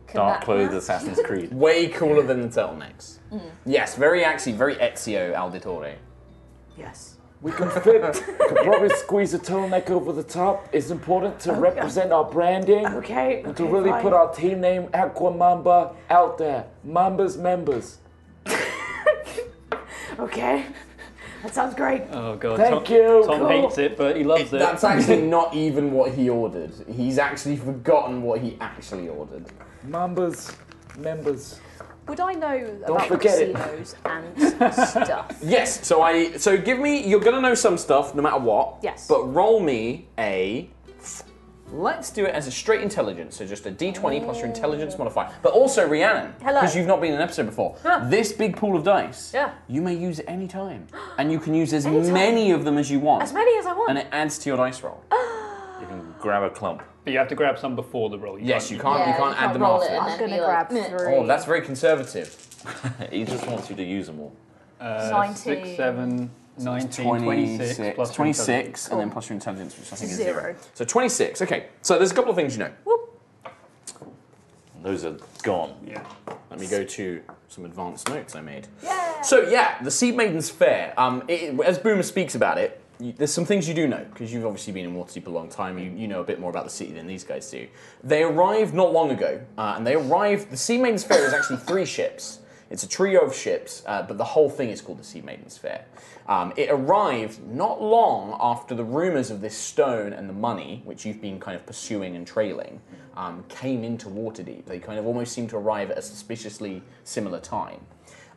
Can Dark that- clothes Assassin's Creed. Way cooler than the turtlenecks. Mm. Yes, very actually, very Ezio Auditore. yes. We can fit, could probably squeeze a turtleneck over the top. It's important to represent our branding Okay. and to okay, really fine. put our team name Aquamamba out there. Mamba's members. Okay. That sounds great. Oh god. Thank Tom, you. Tom Cool. hates it, but he loves it. That's actually not even what he ordered. He's actually forgotten what he actually ordered. Mamba's members. Would I know about forget it. casinos and stuff? Yes, so I so give me you're gonna know some stuff no matter what. Yes. But roll me a let's do it as a straight intelligence, so just a d20 plus your intelligence modifier. But also Rhiannon, Oh. Hello. because you've not been in an episode before. This big pool of dice, Yeah. you may use at any time. And you can use as Any time. many of them as you want. As many as I want. and it adds to your dice roll. You can grab a clump. But you have to grab some before the roll. You Yes, can't- you can't you Yeah, can't add them roll it after. and I was then gonna be grab like, "Mm, "Meh." three. Oh, that's very conservative. He just wants you to use them all. Uh, 19. 6, 7, 19, 26, 26, plus 26 and then plus your intelligence, which I think is Zero. zero. So 26. Okay. So there's a couple of things you know. Those are gone. Yeah. Let me go to some advanced notes I made. Yeah. So yeah, the Sea Maiden's Fair. Um, it, as Boomer speaks about it, you, there's some things you do know because you've obviously been in Waterdeep a long time. You, you know a bit more about the city than these guys do. They arrived not long ago, uh, and they arrived. The Sea Maiden's Fair is actually three ships. It's a trio of ships, uh, but the whole thing is called the Sea Maiden's Fair. Um, it arrived not long after the rumors of this stone and the money, which you've been kind of pursuing and trailing, um, came into Waterdeep. They kind of almost seem to arrive at a suspiciously similar time.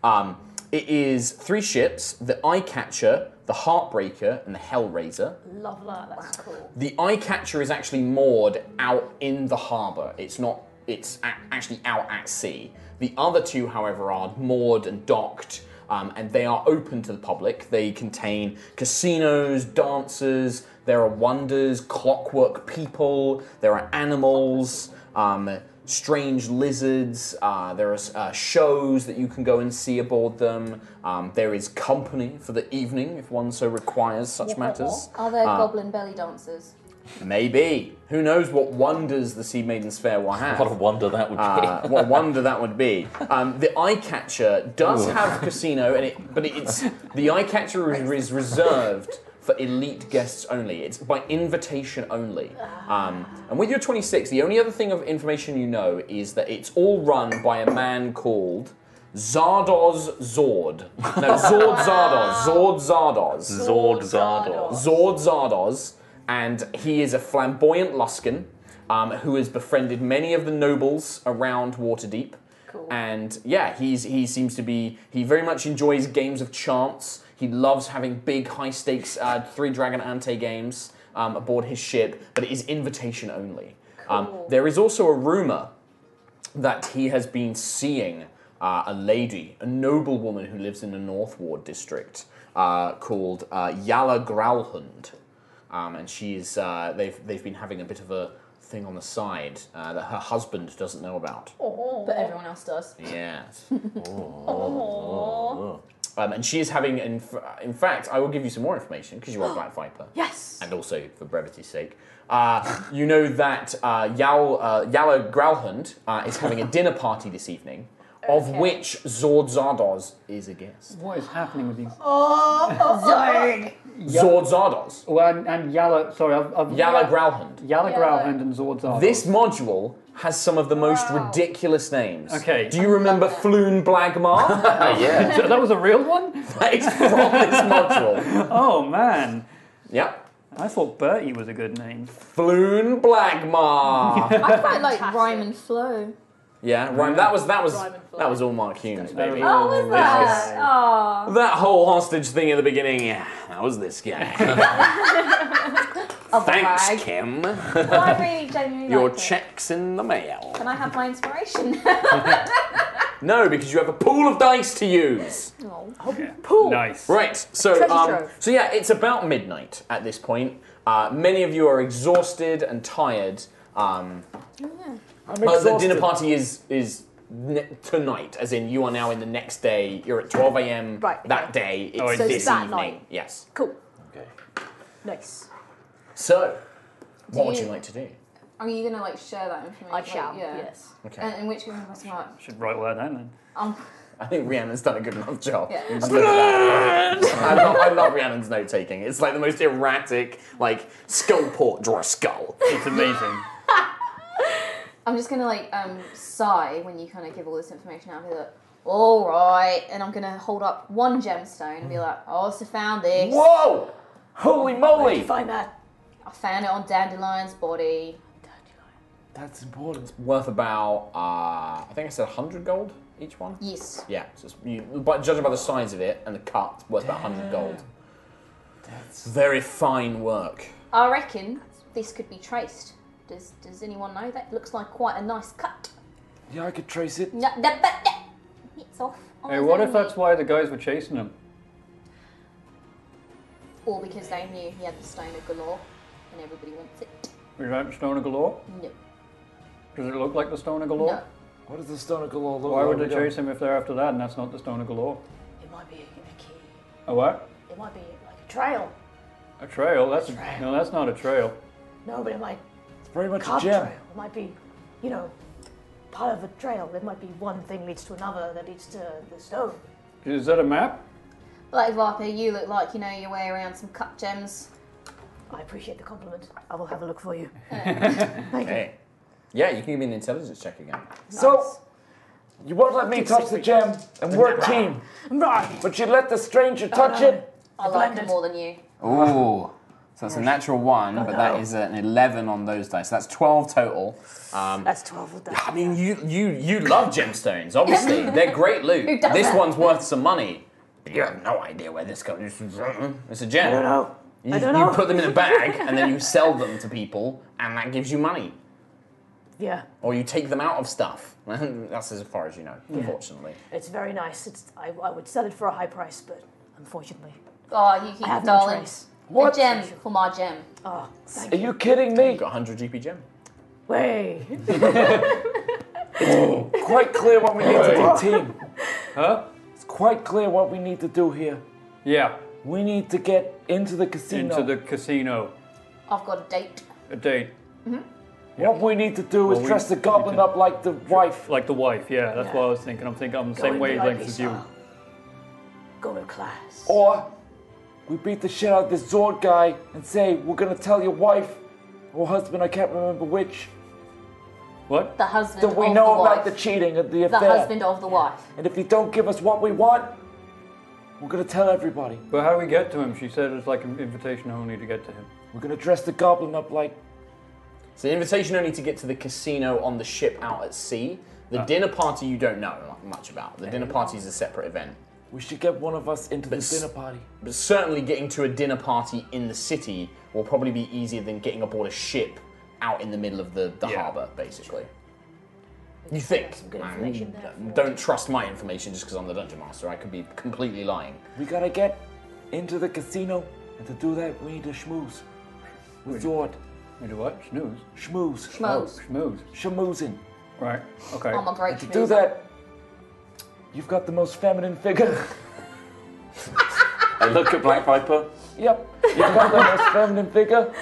Um, it is three ships: the Eye Catcher, the Heartbreaker, and the Hellraiser. Love that. That's cool. The Eye Catcher is actually moored out in the harbour. It's not. It's a- actually out at sea. The other two, however, are moored and docked. um, and they are open to the public. They contain casinos, dancers, there are wonders, clockwork people, there are animals, um, strange lizards. Uh, there are uh, shows that you can go and see aboard them. Um, there is company for the evening if one so requires such matters. Are there goblin belly dancers? Maybe. Who knows what wonders the Sea Maiden's Fair will have. What a wonder that would be. Uh, what a wonder that would be. Um, the Eye Catcher does have casino, and it, but it's the Eye Catcher is reserved for elite guests only. It's by invitation only. Um, and with your 26, the only other thing of information you know is that it's all run by a man called Zardoz Zord. No, Zord Zardoz. Zord Zardoz. Zord Zardos. Zord Zardoz, and he is a flamboyant Luskin um, who has befriended many of the nobles around Waterdeep. Cool. And yeah, he's he seems to be he very much enjoys games of chance. He loves having big high stakes uh, three dragon ante games um, aboard his ship, but it is invitation only. Um, there is also a rumor that he has been seeing uh, a lady, a noble woman who lives in the North Ward district uh, called uh, Yala Growlhund. um, and she's uh, they've they've been having a bit of a thing on the side uh, that her husband doesn't know about. Oh. But everyone else does. Yes. Oh. Um, and she is having, in, f- in fact, I will give you some more information because you are Black Viper. Yes. And also, for brevity's sake, uh, you know that uh, Yal, uh, Yalla Growlhund uh, is having a dinner party this evening, of Okay. which Zord Zardoz is a guest. What is happening with these? Zard. Zord Zardoz. Well, and, and Yalla, sorry, I've, I've Yalla Growlhund. Yalla Yalla. Growlhand and Zordzar. This module has some of the most ridiculous names. Okay. Do you remember Floon Blagmar? yeah. that was a real one. that is from this module. Oh man, Yep. I thought Bertie was a good name. Floon Blagmar. I quite like rhyme and flow. Yeah, rhyme. That was that was Rhyme and flow. that was all Mark Humes, baby. Oh, What was that? Aw. That whole hostage thing at the beginning. Yeah, that was this guy. Thanks, Brag. Kim. Well, Oh, I really genuinely Your like it. check's in the mail. Can I have my inspiration? No, because you have a pool of dice to use. Nice. right. So, Treasure um, trove. so yeah, it's about midnight at this point. Uh, many of you are exhausted and tired. Um, I'm but exhausted. the dinner party is is ne- tonight, as in you are now in the next day. You're at 12 a.m. Right, okay. that day. It's Oh, it's this this that evening. night. Yes. Cool. Okay. Nice. So, what would you- you like to do? Are you gonna like share that information? I Like, shall. yeah. Yes. Okay. And, and which one of us not? Should write all that down then. Um, I think Rhiannon's done a good enough job. Yeah. Just look at that. I love, I love Rhiannon's note taking. It's like the most erratic, like skull port, draw a skull. It's amazing. I'm just gonna like um sigh when you kind of give all this information out. I'll be like, all right, and I'm gonna hold up one gemstone and be like, I also found this. Whoa! Holy moly! Find that. I found it on Dandelion's body. That's important. Worth about, uh, I think I said 100 gold each one. Yes. Yeah, so it's- you, but judging by the size of it and the cut, it's worth about 100 gold. That's very fine work. I reckon this could be traced. Does Does anyone know that? Looks like quite a nice cut. Yeah, I could trace it. No, that, that, that. It's off. on Hey, his what if enemy. that's why the guys were chasing him? Or because they knew he had the stone of galore, and everybody wants it. Was that Stone of Galore? No. Does it look like the Stone of Galore? No. What does the stone of Galore look Why like? would they chase him if they're after that and that's not the Stone of Galore? It might be a key. A what? It might be like a trail. A trail? That's a, Trail. no, that's not a trail. No, but it might It's very much a card gem. trail. It might be, you know, part of a trail. There might be one thing leads to another that leads to the stone. Is that a map? Black Viper, you look like you know your way around some cut gems. I appreciate the compliment. I will have a look for you. Thank you. Okay. Yeah, you can give me an intelligence check again. So, you won't let me touch the gem, and we're a team. Right. But you let the stranger Oh, touch it. I like them more than you. Ooh. So that's a natural one, but that no. is an 11 on those dice. So that's 12 total. That's 12 of I that. mean, you you you love gemstones, obviously. They're great loot. Who doesn't? This one's worth some money. But you have no idea where this goes. It's a gem. I don't know. You, I don't you know. put them in a bag and then you sell them to people, and that gives you money. Yeah. Or you take them out of stuff. That's as far as you know, unfortunately. It's very nice. It's, I, I would sell it for a high price, but unfortunately, Oh, you I keep have it, no darling. choice. A gem for my gem. Oh, thank Are you. you kidding Oh You me? got 100 GP gem. Way. Quite clear what we need to do, team. Huh? It's quite clear what we need to do here. Yeah. We need to get into the casino. Into the casino. I've got a date. A date. What we need to do is Well, we- dress the goblin we can- up like the wife. Like the wife, yeah, that's Yeah. what I was thinking. I'm thinking I'm the same Go in the wavelength ugly as you. style. Go in class. Or we beat the shit out of this Zord guy and say, we're gonna tell your wife or husband, I can't remember which, What? The husband that we of know the about wife. the Oh, cheating of the the affair. husband of the wife. And if you don't give us what we want, we're gonna tell everybody. But how do we get to him? She said it's like an invitation only to get to him. We're gonna dress the goblin up like It's an invitation only to get to the casino on the ship out at sea. The dinner party you don't know much about. The dinner party is a separate event. we should get one of us into the But s- dinner party. But certainly getting to a dinner party in the city will probably be easier than getting aboard a ship out in the middle of the, the Yeah. harbour, basically. You think. some good man. information there for- Don't trust my information just because I'm the dungeon master. I could be completely lying. We gotta get into the casino, and to do that, we need to schmooze. with Zord. We do what? Snooze. Schmooze. Schmoes. Schmooze. Schmoozing. Right. Okay. I'm a great To do that, you've got the most feminine figure. I look at Black Viper. yep. You've got the most feminine figure.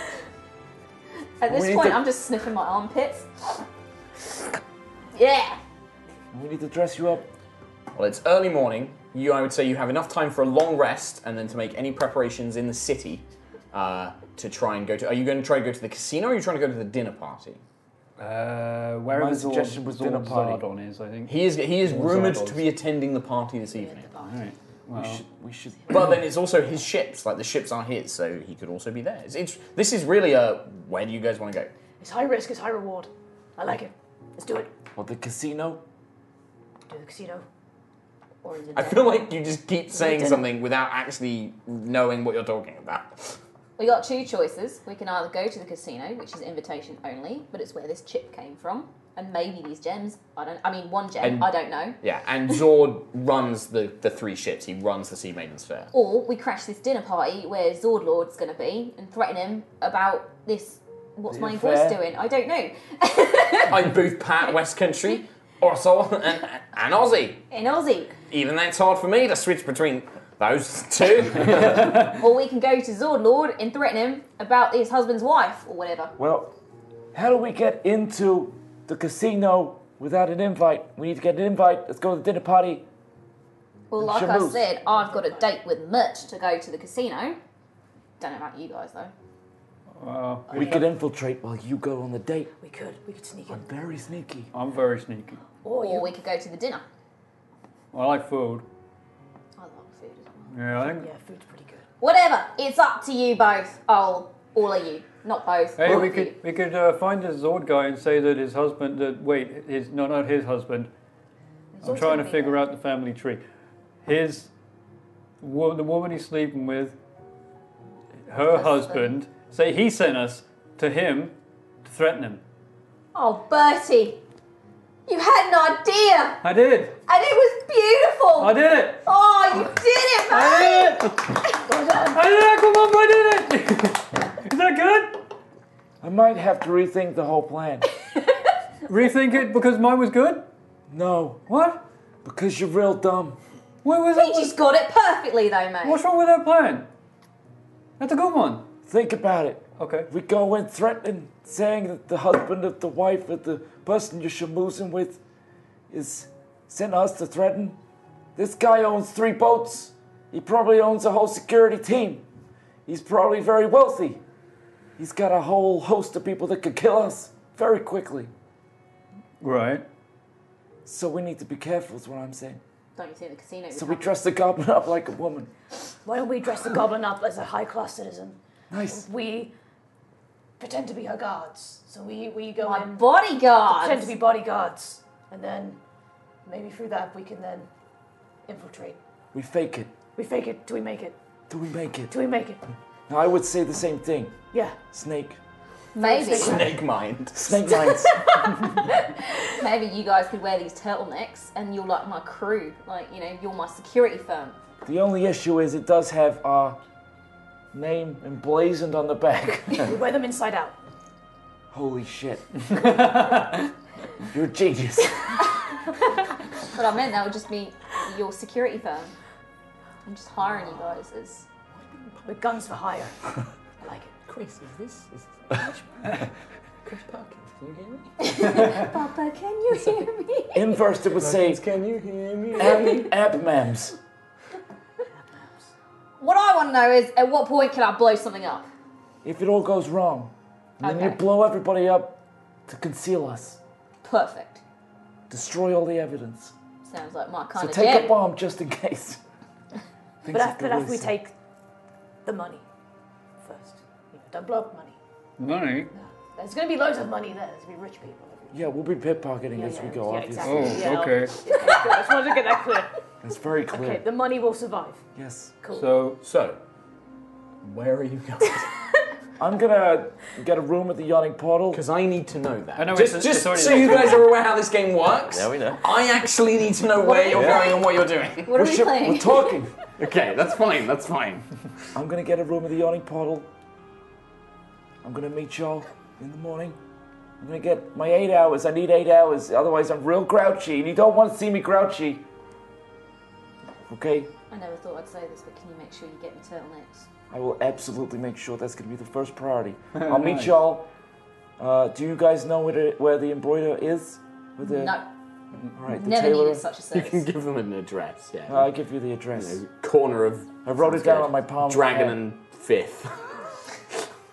At We this need point, to- I'm just sniffing my armpits. Yeah. We need to dress you up. Well, it's early morning. You, I would say, you have enough time for a long rest, and then to make any preparations in the city uh, to try and go to. Are you going to try to go to the casino? or Are you trying to go to the dinner party? Uh, wherever My the suggestion Zord- was Zord dinner party. Zardon is, I think. He is. He is rumored Zardoz. to be attending the party this evening. All Mm. right. Well, We should. We should. But then it's also his ships. Like the ships are his, so he could also be there. It's, it's, this is really a where do you guys want to go? It's high risk, it's high reward. I like it. Let's do it. Well, the casino. Do the casino. Or the I feel like you just keep saying Dinner. something without actually knowing what you're talking about. We got two choices. We can either go to the casino, which is invitation only, but it's where this chip came from, and maybe these gems. I don't. I mean, one gem. And- I don't know. Yeah, and Zord runs the, the three ships. He runs the Sea Maiden's Fair. Or we crash this dinner party where Zord Lord's gonna be and threaten him about this. What's The my affair. voice doing? I don't know. I'm Booth Pat, West Country, Orsol, and, and Aussie. In Aussie. Even that's hard for me to switch between those two. Or we can go to Zord Lord and threaten him about his husband's wife or whatever. Well, how do we get into the casino without an invite? We need to get an invite. Let's go to the dinner party. Well, like I Shaboos. said, I've got a date with Mitch to go to the casino. Don't know about you guys though. well, We could infiltrate while you go on the date. We could. We could sneak in. Very sneaky. I'm very sneaky. Or Or you. we could go to the dinner. I like food. I like food as well. Yeah, I think. Yeah, food's pretty good. Whatever. It's up to you both. Oh, all of you, not both. Hey, all we of you. could we could uh, find this Zord guy and say that his husband. That wait, his no, not his husband. I'm trying to figure out the family tree. His wo- the woman he's sleeping with. Her husband. Husband. Say he sent us to him to threaten him. Oh, Bertie, you had an idea, I did. and it was beautiful. I did it. Oh, you did it, I mate! did it. I did it. Come on, I did it. Is that good? I might have to rethink the whole plan. Rethink it because mine was good. no, What? because you're real dumb. What was He that? just got it perfectly, though, mate. What's wrong with that plan? That's a good one. Think about it. Okay. We go in threatening, saying that the husband of the wife of the person you're shamoozing with is sent us to threaten. This guy owns three boats. He probably owns a whole security team. He's probably very wealthy. He's got a whole host of people that could kill us very quickly. Right. So we need to be careful, is what I'm saying. Don't you think the casino? So we dress the goblin up like a woman. Why don't we dress the goblin up as a high class citizen? Nice. We pretend to be her guards. So we, we go my in, bodyguard. pretend to be bodyguards, and then maybe through that we can then infiltrate. We fake it. We fake it till we make it. Do we make it? Till we make it. Now, I would say the same thing. Yeah. Snake. Maybe, Snake mind. Snake lines. maybe you guys could wear these turtlenecks, and you're like my crew. Like you know, you're my security firm. The only issue is it does have our name emblazoned on the back. We wear them inside out. Holy shit. You're a genius. But I meant that would just be your security firm. I'm just hiring you guys as. With guns for hire. I like it. Chris, is this? Is this Chris Parkins, can you hear me? Papa, can you hear me? Inverse, it would say Can you hear me? ab, abmams. What I want to know is at what point can I blow something up? If it all goes wrong, and then you Okay. blow everybody up to conceal us, Perfect. destroy all the evidence. Sounds like my So kind of take jam. a bomb just in case. But Things that after, could but after we lose. take the money first. You know, don't blow up money. Money. There's going to be loads of money there. There's going to be rich people. Yeah, we'll be pickpocketing Yeah, as we yeah, go, yeah, obviously. exactly. Oh, Yeah. okay. I just wanted to get that clear. It's very clear. Okay, the money will survive. Yes. Cool. So So, where are you going? I'm gonna get a room at the yawning portal. Because I need to know that. I know just it's- just it's already- so you guys are aware how this game works. we know. I actually need to know where you're going and what you're doing. What are we Shit, playing? we're talking. Okay, that's fine. That's fine. I'm gonna get a room at the yawning portal. I'm gonna meet y'all in the morning. I'm gonna get my eight hours. I need eight hours, otherwise I'm real grouchy, and you don't want to see me grouchy. Okay, I never thought I'd say this, but can you make sure you get the turtlenecks? I will absolutely make sure that's gonna be the first priority. I'll meet y'all. Uh, do you guys know where the, where the embroider is? Where the, No, All right, the never tailor- needed such a You can service. give them an address, yeah. I'll give you the address. Corner of. Uh, I wrote it down on my palm. Dragon Yeah, and Fifth.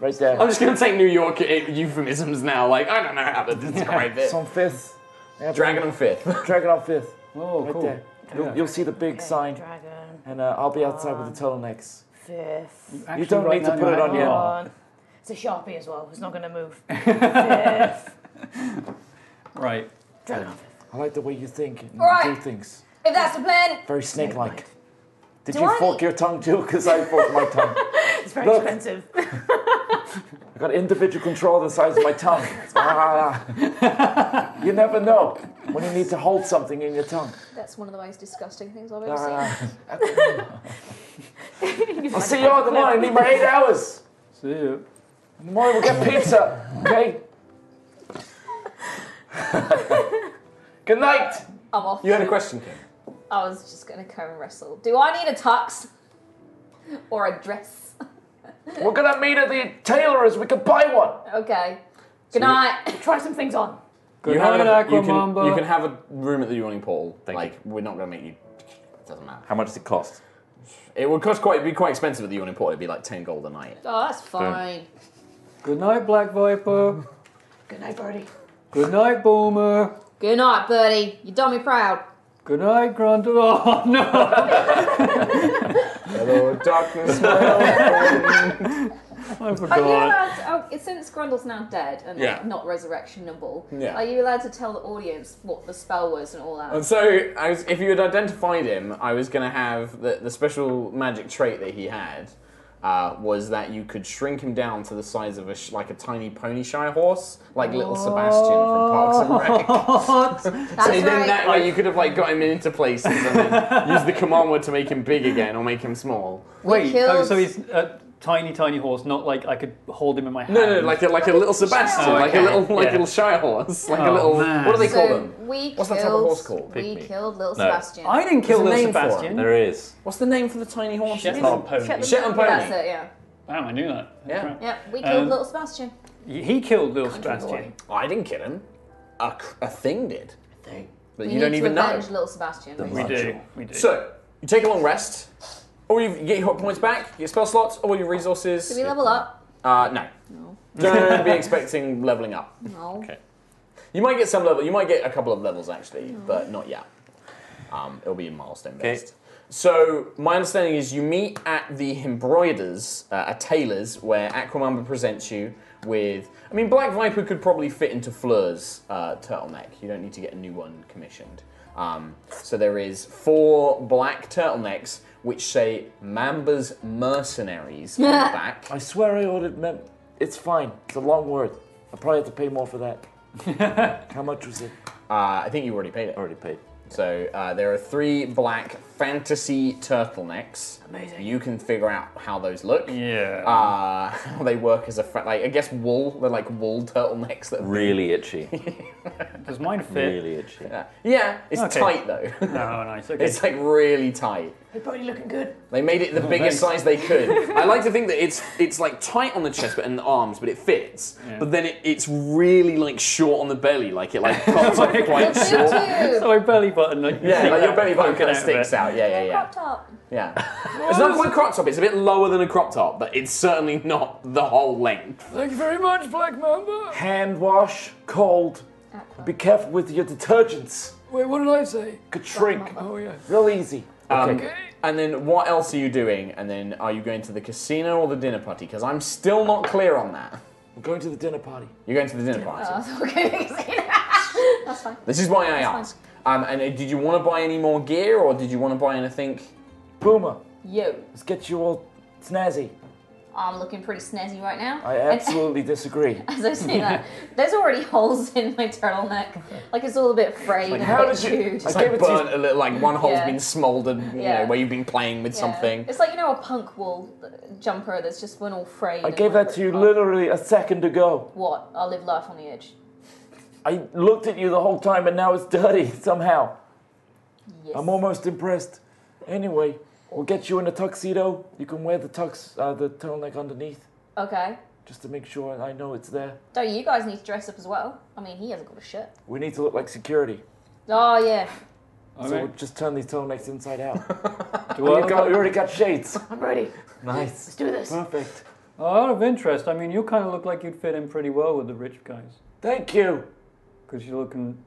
right there. I'm just gonna take New York uh, euphemisms now. Like I don't know how to describe It's it. on fifth. Yeah, Dragon and Fifth. Dragon on fifth. Oh, Right cool. there. You'll, Yeah. you'll see the big sign, Dragon, and uh, I'll be outside with the Um, turtlenecks. fifth. Actually, don't right need to now put it have- on yet. Oh. One. It's a sharpie as well. It's not going to move. fifth. Right. Dragon on fifth. I like the way you think and Right. do things. If that's the plan, Very snake-like. Did Do you I fork need- your tongue too? Because I forked my tongue. It's very Look. expensive. I got individual control of the size of my tongue. Ah. you never know when you need to hold something in your tongue. that's one of the most disgusting things I've ever seen. Ah. I'll see you all in the morning. I need my eight hours. See you. In the morning we'll get pizza. Okay. Good night. I'm off. You had a question, Kim. I was just gonna go and wrestle. Do I need a tux or a dress? We're gonna meet at the tailor's. We can buy one. Okay. Good night. Try some things on. Good You, night, have a, you, can, Aquamamba. you can have a room at the yawning portal. Thank like we're not gonna make you. It doesn't matter. How much does it cost? It would cost quite be quite expensive at the yawning portal. It'd be like ten gold a night. Oh, that's fine. Good night, Black Viper. Good night, Birdie. Good night, Boomer. Good night, birdie. You done me proud. Good night, Grunter. Oh, no. Hello, darkness. I Are you forgot. allowed? To, oh, it- since Grundle's now dead and Yeah. not resurrectionable, Yeah. are you allowed to tell the audience what the spell was and all And that? so, I was, if you had identified him, I was going to have the, the special magic trait that he had uh, was that you could shrink him down to the size of a sh- like a tiny pony shy horse, like little Sebastian from Parks and Rec. That's so then right. that way you could have like got him into places and then use the command word to make him big again or make him small. Wait, oh, killed- so he's a tiny, tiny horse, not like I could hold him in my hand. No, no, like a, like a little Sebastian, horse. like a little like Yeah. a little shy horse, like a Oh, little man. what do they so call them? we What's that killed. type of horse called? We Pygmy. killed little No. Sebastian. I didn't kill There's a little name for it. Sebastian. There is. What's the name for the tiny horse? Shetland Oh, pony. Shetland- Shetland pony. That's it. Yeah. Damn, I knew that. Yeah. Crap. Yeah. We killed Um, little Sebastian. He he killed little Sebastian. I didn't kill him. A, c- a thing did. A thing. But We you need don't to even know. avenge little Sebastian. We do. We do. So, you take a long rest, or you get your hot points back, you get spell slots, all your resources. Did we level up? Uh, no. No. Don't be expecting leveling up. No. You might get some level, you might get a couple of levels actually, but not yet. Um, it'll be in milestone based. So, my understanding is you meet at the embroiders, uh, a tailor's, where Aquamamba presents you with. I mean, Black Viper could probably fit into Fleur's uh, turtleneck. You don't need to get a new one commissioned. Um, so, there is four black turtlenecks which say Mamba's Mercenaries on the back. I swear I ordered mem. It's fine. It's a long word. I probably have to pay more for that. How much was it? Uh, I think you already paid it. Already paid. So uh, there are three black fantasy turtlenecks. Amazing. You can figure out how those look. Yeah. Uh, how they work as a fa- like I guess wool. They're like wool turtlenecks that. Really itchy. Does mine fit? really itchy. Yeah, it's Okay. tight though. No, nice. Okay. it's like really tight. Hey, Birdie, looking good. They made it the biggest size they could. I like to think that it's it's like tight on the chest but and the arms, but it fits. But then it, it's really like short on the belly, like it like pops up quite You short. too. so my belly button. Like, Yeah, like your belly button Poking kind of out of it. sticks out. Yeah, yeah, yeah. Crop top. Yeah. it's not quite a crop top, it's a bit lower than a crop top, but it's certainly not the whole length. Thank you very much, Black Mamba. Hand wash, cold. Aqua. Be careful with your detergents. Wait, what did I say? Could shrink. Mamba. Real easy. Um, And then what else are you doing? And then are you going to the casino or the dinner party? Because I'm still not clear on that. We're going to the dinner party. You're going to the dinner party. That's okay. That's fine. This is why I fine. asked. Um, and uh, did you want to buy any more gear or did you want to buy anything? Boomer, Yo, let's get you all snazzy. I'm looking pretty snazzy right now. I And absolutely disagree. as I say that, there's already holes in my turtleneck. Like it's all a bit frayed and how a bit did you- chewed. I It's like gave it to you- burnt a little, like one hole's Yeah. been smoldered, you Yeah. know, where you've been playing with Yeah. something. It's like you know a punk wool uh, jumper that's just been all frayed. I and gave like- uh, that to you literally a second ago. What? I live life on the edge. I looked at you the whole time and now it's dirty somehow. Yes. I'm almost impressed. Anyway, we'll get you in a tuxedo. You can wear the tux, uh, the turtleneck underneath, okay. just to make sure I know it's there. So you guys need to dress up as well. I mean, he hasn't got a shirt. We need to look like security. Oh yeah. I so mean, we'll just turn these turtlenecks inside out. do I you, got, you already got shades. I'm ready. Nice. Let's do this. Perfect. Out of interest, I mean, you kind of look like you'd fit in pretty well with the rich guys Thank you. because you're looking.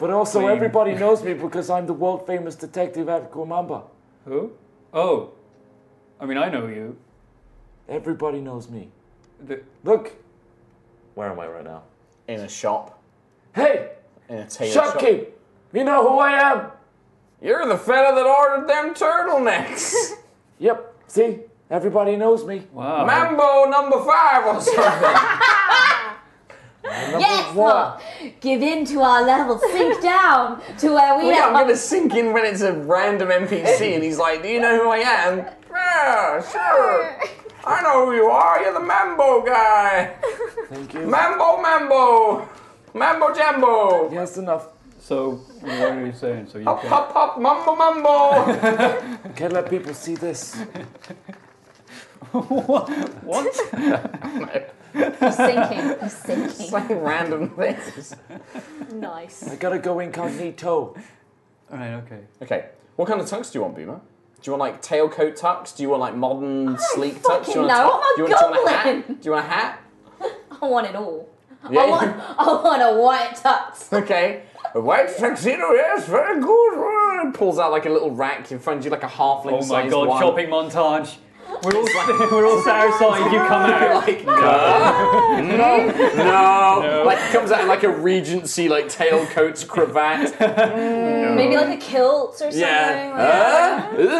But also, Clean. everybody knows me because I'm the world famous detective at Kumamba. Who? Oh, I mean, I know you. Everybody knows me. The, Look, Where am I right now? In a shop, hey, in a tailor shop. shopkeep, you know who I am? You're the fella that ordered them turtlenecks. Yep, see, everybody knows me. wow. Mambo number five or something. Yes, Mark. Give in to our level. Sink down to where we, Wait, I'm are. gonna sink in when it's a random NPC and he's like, Do you know who I am? Yeah, sure. I know who you are. You're the Mambo guy. Thank you. Mambo Mambo. Mambo Jambo. Yes, enough. So, what are you saying? So you Hop, can. hop, hop, mumbo, mumbo. Can't let people see this. He's sinking. He's sinking. It's like random things. Nice. I gotta go incognito. All right. Okay. Okay, what kind of tux do you want, Boomer? Do you want like tailcoat tux? Do you want like modern sleek tux? Do you fucking want know. top? I'm a do, you want, do you want a goblin. hat? Do you want a hat? I want it all. Yeah. I want. I want a white tux. Okay. A white tuxedo, yes, very good. Pulls out like a little rack in front of you, like a halfling Oh my sized God! one. Shopping montage. We're all we're all satisfied. You come out. Like, no, no, no. Like it comes out in like a regency, like tailcoats, cravat. Maybe like a kilt or something. Yeah. Mm. Uh,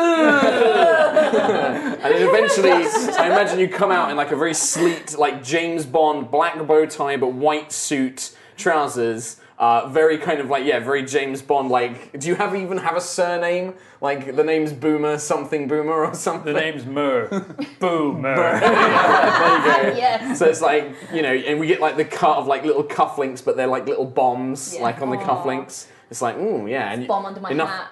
ugh. and then eventually, I imagine you come out in like a very sleek, like James Bond black bow tie, but white suit, trousers. Uh, very kind of like yeah, very James Bond. Like, do you have even have a surname? Like the name's Boomer, something Boomer or The something. name's Mur. Boom. Mur. There you go. Ah, Yes. So it's like you know, and we get like the cut of like little cufflinks, but they're like little bombs, Yeah. like on the Aw. cufflinks. It's like, ooh, yeah, and you- bomb under my enough.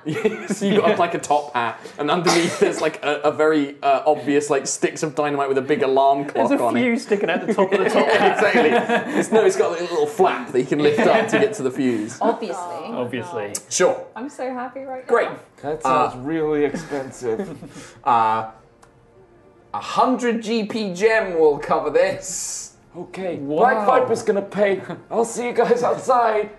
so you got like a top hat, and underneath there's like a, a very uh, obvious like sticks of dynamite with a big alarm clock There's a on it. few sticking out the top of the top. exactly. It's, no, it's got like, a little flap that you can lift up to get to the fuse. Obviously. Oh. Obviously. Sure, Oh. I'm so happy right great. That sounds really expensive. Uh, a hundred GP gem will cover this. Okay, Wow. Black Piper's gonna pay. I'll see you guys outside.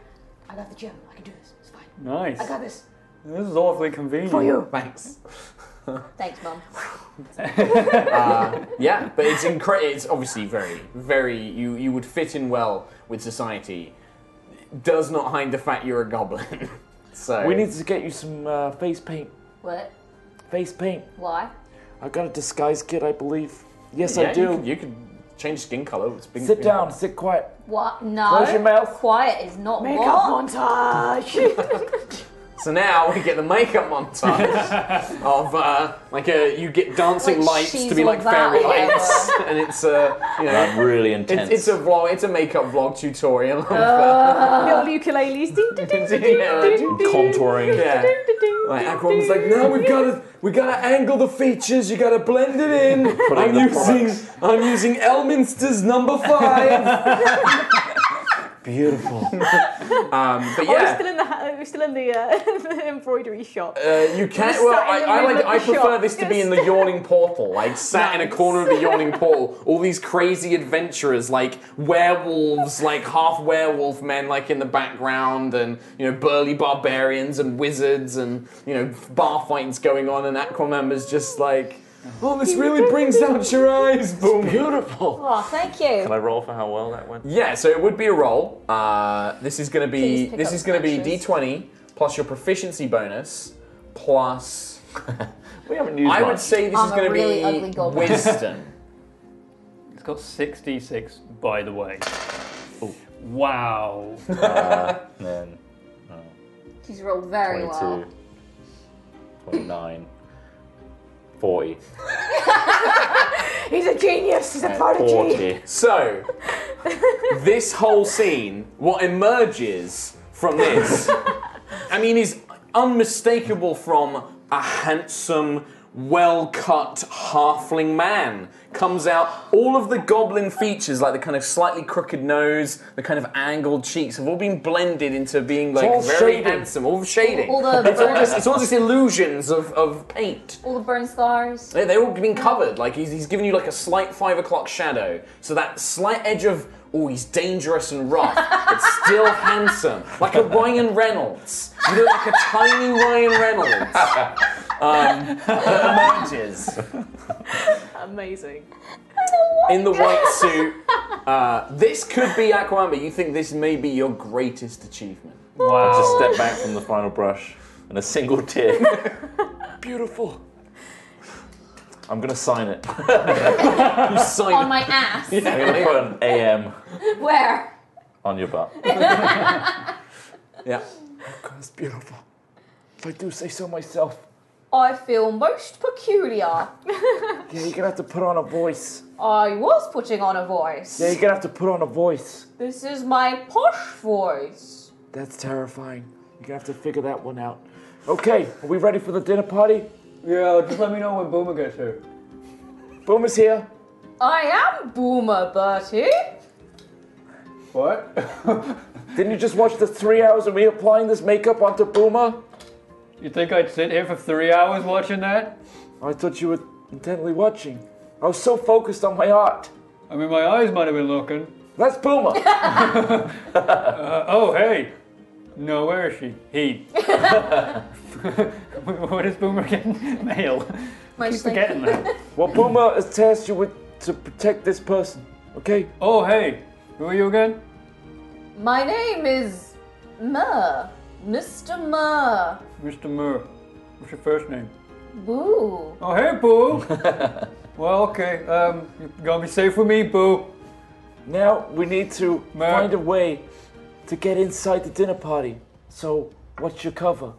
I got the gem. I can do this. It's fine. Nice. I got this. This is awfully convenient. For you. Thanks. now. Thanks, Mum. Yeah, but it's incre- It's obviously very, very. You you would fit in well with society. Does not hide the fact you're a goblin. so We need to get you some uh, face paint. What? Face paint. Why? I got a disguise kit, I believe. Yes, Yeah, I do. You could, you could change skin color. It's been Sit down, sit quiet. What? No. Close your mouth. Quiet is not Makeup what. montage. So now we get the makeup montage of uh, like a you get dancing Like lights to she's be all like that fairy or lights, and it's uh, you know. I'm really It's, intense. it's a vlog. It's a makeup vlog tutorial. of, Oh, The old ukuleles. Ding, ding, ding, ding, ding, Yeah. ding, ding, contouring. yeah. ding, ding, ding, Like ding, ding. Aquaman's like, no, we've got Oh, to We gotta angle the features. You gotta blend it in. Put it in I'm the using products. I'm using Elminster's number five. Beautiful. Um, but Oh, we're yeah, still in the ha- we're still in the, uh, the embroidery shop. uh, you can't. Just Well, sat in I, the I middle like. of I the prefer shop. this to be in the yawning portal, like sat in a corner of the yawning portal. All these crazy adventurers, like werewolves, like half werewolf men, like in the background, and you know burly barbarians and wizards, and you know bar fights going on, and Aquamember's just like. Oh, this really brings out your eyes, boom! Beautiful. Oh, thank you. Can I roll for how well that went? Yeah, so it would be a roll. Uh, this is going to be Please pick this up is going to be matches. d20 plus your proficiency bonus plus We haven't used I much. would say this I'm is a going to really be ugly goblin. wisdom. It's got 66, by the way. Oh. Wow. Uh, then She's rolled very 22, well. 29, 40, He's a genius. He's a prodigy. 40. So, this whole scene, what emerges from this, I mean, is unmistakable from a handsome, well cut halfling man. Comes out all of the goblin features, like the kind of slightly crooked nose, the kind of angled cheeks, have all been blended into being like all very shading. handsome, all shading. All the it's, all burn- just, it's all just illusions of, of paint. All the burn scars. They- They're all being covered. Like he's, he's giving you like a slight five o'clock shadow. So that slight edge of oh he's dangerous and rough, but still handsome, like a Ryan Reynolds. You look like a tiny Ryan Reynolds. Um, that emerges Amazing. in the white suit. Uh, this could be Aquamba. You think this may be your greatest achievement? I Oh. just step back from the final brush and a single tear. Beautiful. I'm going to sign it. You sign On my ass. I'm going to put an AM Where? on your butt. Yeah. God, it's beautiful. If I do say so myself. I feel most peculiar. Yeah, you're gonna have to put on a voice. I was putting on a voice. Yeah, you're gonna have to put on a voice. This is my posh voice. That's terrifying. You're gonna have to figure that one out. Okay, are we ready for the dinner party? Yeah, just let me know when Boomer gets here. Boomer's here. I am Boomer Bertie. What? Didn't you just watch the three hours of me applying this makeup onto Boomer? You think I'd sit here for three hours watching that? I thought you were intently watching. I was so focused on my art. I mean, my eyes might have been looking. That's Boomer. Uh, oh, hey. No, where is she? He. what is Boomer getting? Mail. Keep Mostly. forgetting that. well, Boomer has tasked you with to protect this person. Okay, Oh, hey. Who are you again? My name is Murr. Mr. Murr. Mr. Moore. What's your first name? Boo. Oh, hey, Boo. well, okay. Um, you're gonna be safe with me, Boo. now we need to Mer- find a way to get inside the dinner party. So, what's your cover?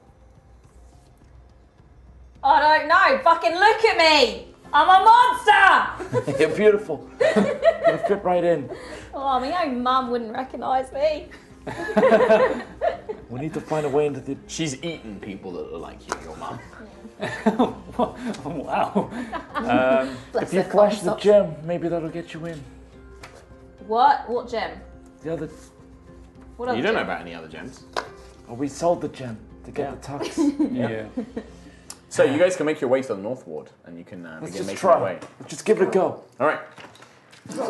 I don't know. Fucking look at me. I'm a monster. You're beautiful. You're gonna fit right in. Oh, my own mum wouldn't recognise me. We need to find a way into the. She's eaten people that are like you, your mum. wow. Bless If you her flash the concept. gem, maybe that'll get you in. What? What gem? The other. What other You don't know gem? about any other gems. Oh, we sold the gem to get the tux. Yeah. So you guys can make your way to the North Ward, and you can uh, Let's begin just making try. your way. Let's just give it a go. All right.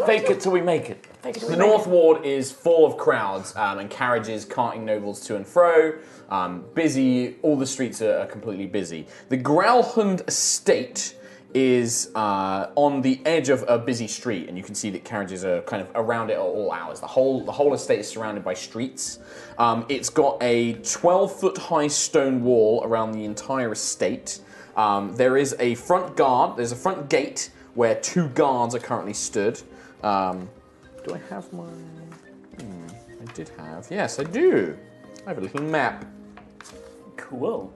Fake it till we make it. The North Ward is full of crowds um, and carriages carting nobles to and fro. Um, busy, all the streets are, are completely busy. The Growlhund estate is uh, on the edge of a busy street, and you can see that carriages are kind of around it at all hours. The whole the whole estate is surrounded by streets. Um, it's got a 12 foot high stone wall around the entire estate. Um, there is a front guard. There's a front gate where two guards are currently stood. Um, do I have my? hmm, I did have. Yes, I do. I have a little map. Cool.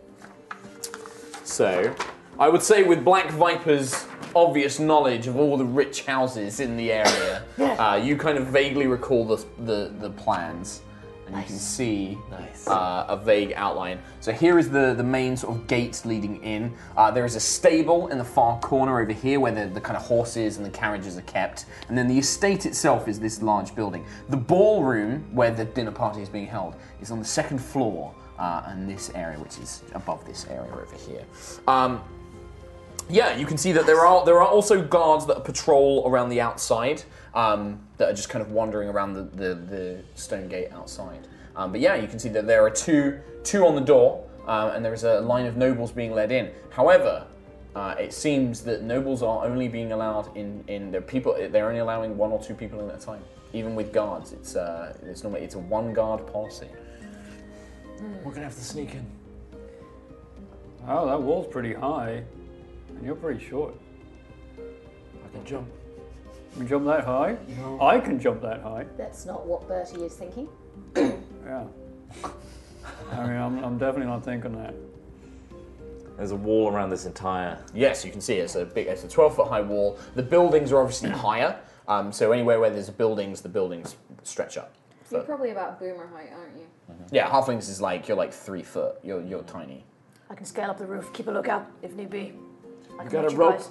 So, I would say with Black Viper's obvious knowledge of all the rich houses in the area, uh, you kind of vaguely recall the the, the plans, and you can see uh, a vague outline. So here is the the main sort of gate leading in. Uh, there is a stable in the far corner over here where the, the kind of horses and the carriages are kept, and then the estate itself is this large building. The ballroom where the dinner party is being held is on the second floor uh, and this area, which is above this area over here. Um, yeah, you can see that there are there are also guards that patrol around the outside um, that are just kind of wandering around the, the, the stone gate outside. Um, but yeah, you can see that there are two two on the door, um, and there is a line of nobles being led in. However, uh, it seems that nobles are only being allowed in in their people. They're only allowing one or two people in at a time, even with guards. It's uh, it's normally it's a one guard policy. We're gonna have to sneak in. Wow, Oh, that wall's pretty high. And you're pretty short. I can jump. You jump that high? I can jump that high. That's not what Bertie is thinking. Yeah. I mean, I'm, I'm definitely not thinking that. There's a wall around this entire. Yes, you can see it's a big, it's a 12 foot high wall. The buildings are obviously higher, um, so anywhere where there's buildings, the buildings stretch up. You're probably about boomer height, aren't you? Yeah, halflings is like you're like three foot. You're you're tiny. I can scale up the roof, keep a lookout if need be. I can got watch a you rope? guys.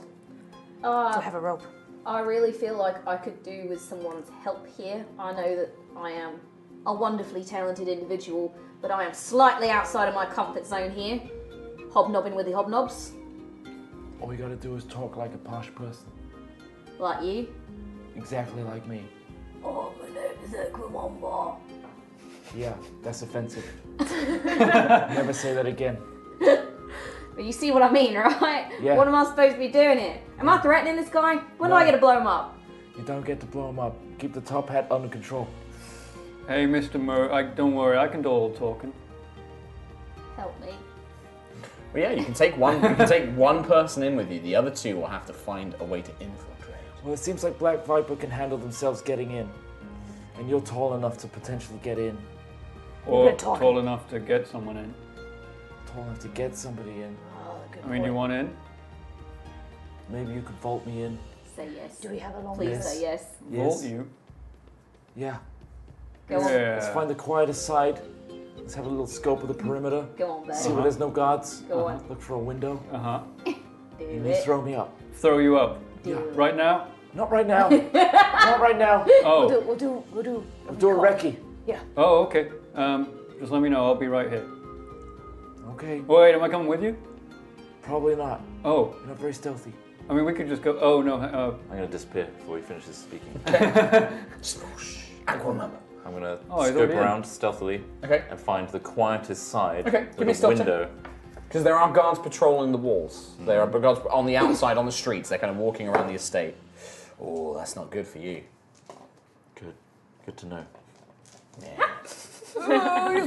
Uh, Do I have a rope? I really feel like I could do with someone's help here. I know that I am a wonderfully talented individual, but I am slightly outside of my comfort zone here. Hobnobbing with the hobnobs, All you gotta do is talk like a posh person, like you. exactly like me. Oh, my name is Equimomba. Yeah, that's offensive. Never say that again. But you see what I mean, right? Yeah. What am I supposed to be doing here? Am I threatening this guy? When do I No. get to blow him up? You don't get to blow him up. Keep the top hat under control. Hey, Mr. Mur, I, don't worry, I can do all the talking. Help me. Well, yeah, you can take one. you can take one person in with you. The other two will have to find a way to infiltrate. Well, it seems like Black Viper can handle themselves getting in, and you're tall enough to potentially get in, Or good talking. tall enough to get someone in. tall enough to get somebody in. Oh, good I mean, boy. you want in? Maybe you could vault me in. Say yes. Do we have a long Please rest? say yes. Vault you. Yeah. Go on. Yeah. Let's find the quietest side. Let's have a little scope of the perimeter. Go on, See Bertie. Uh-huh. where there's no guards. Go on. Look for a window. Uh huh. Do And you it. throw me up. Throw you up. Do it. Right now? Not right now. Not right now. We'll Oh. do, we'll do, we'll do. I'll do a recce. Oh, okay. Um, just let me know. I'll be right here. Okay. Wait, am I coming with you? Probably not. Oh, You're not very stealthy. I mean, we could just go. Oh no. Uh, I'm gonna disappear before he finishes speaking. Aquamamba. I'm gonna Oh, he's scope already in. around stealthily Okay. and find the quietest side Okay, give me a with a stealth check. window. Because there are guards patrolling the walls. There are guards on the outside, on the streets. They're kind of walking around the estate. Oh, that's not good for you. Good. Good to know. Why is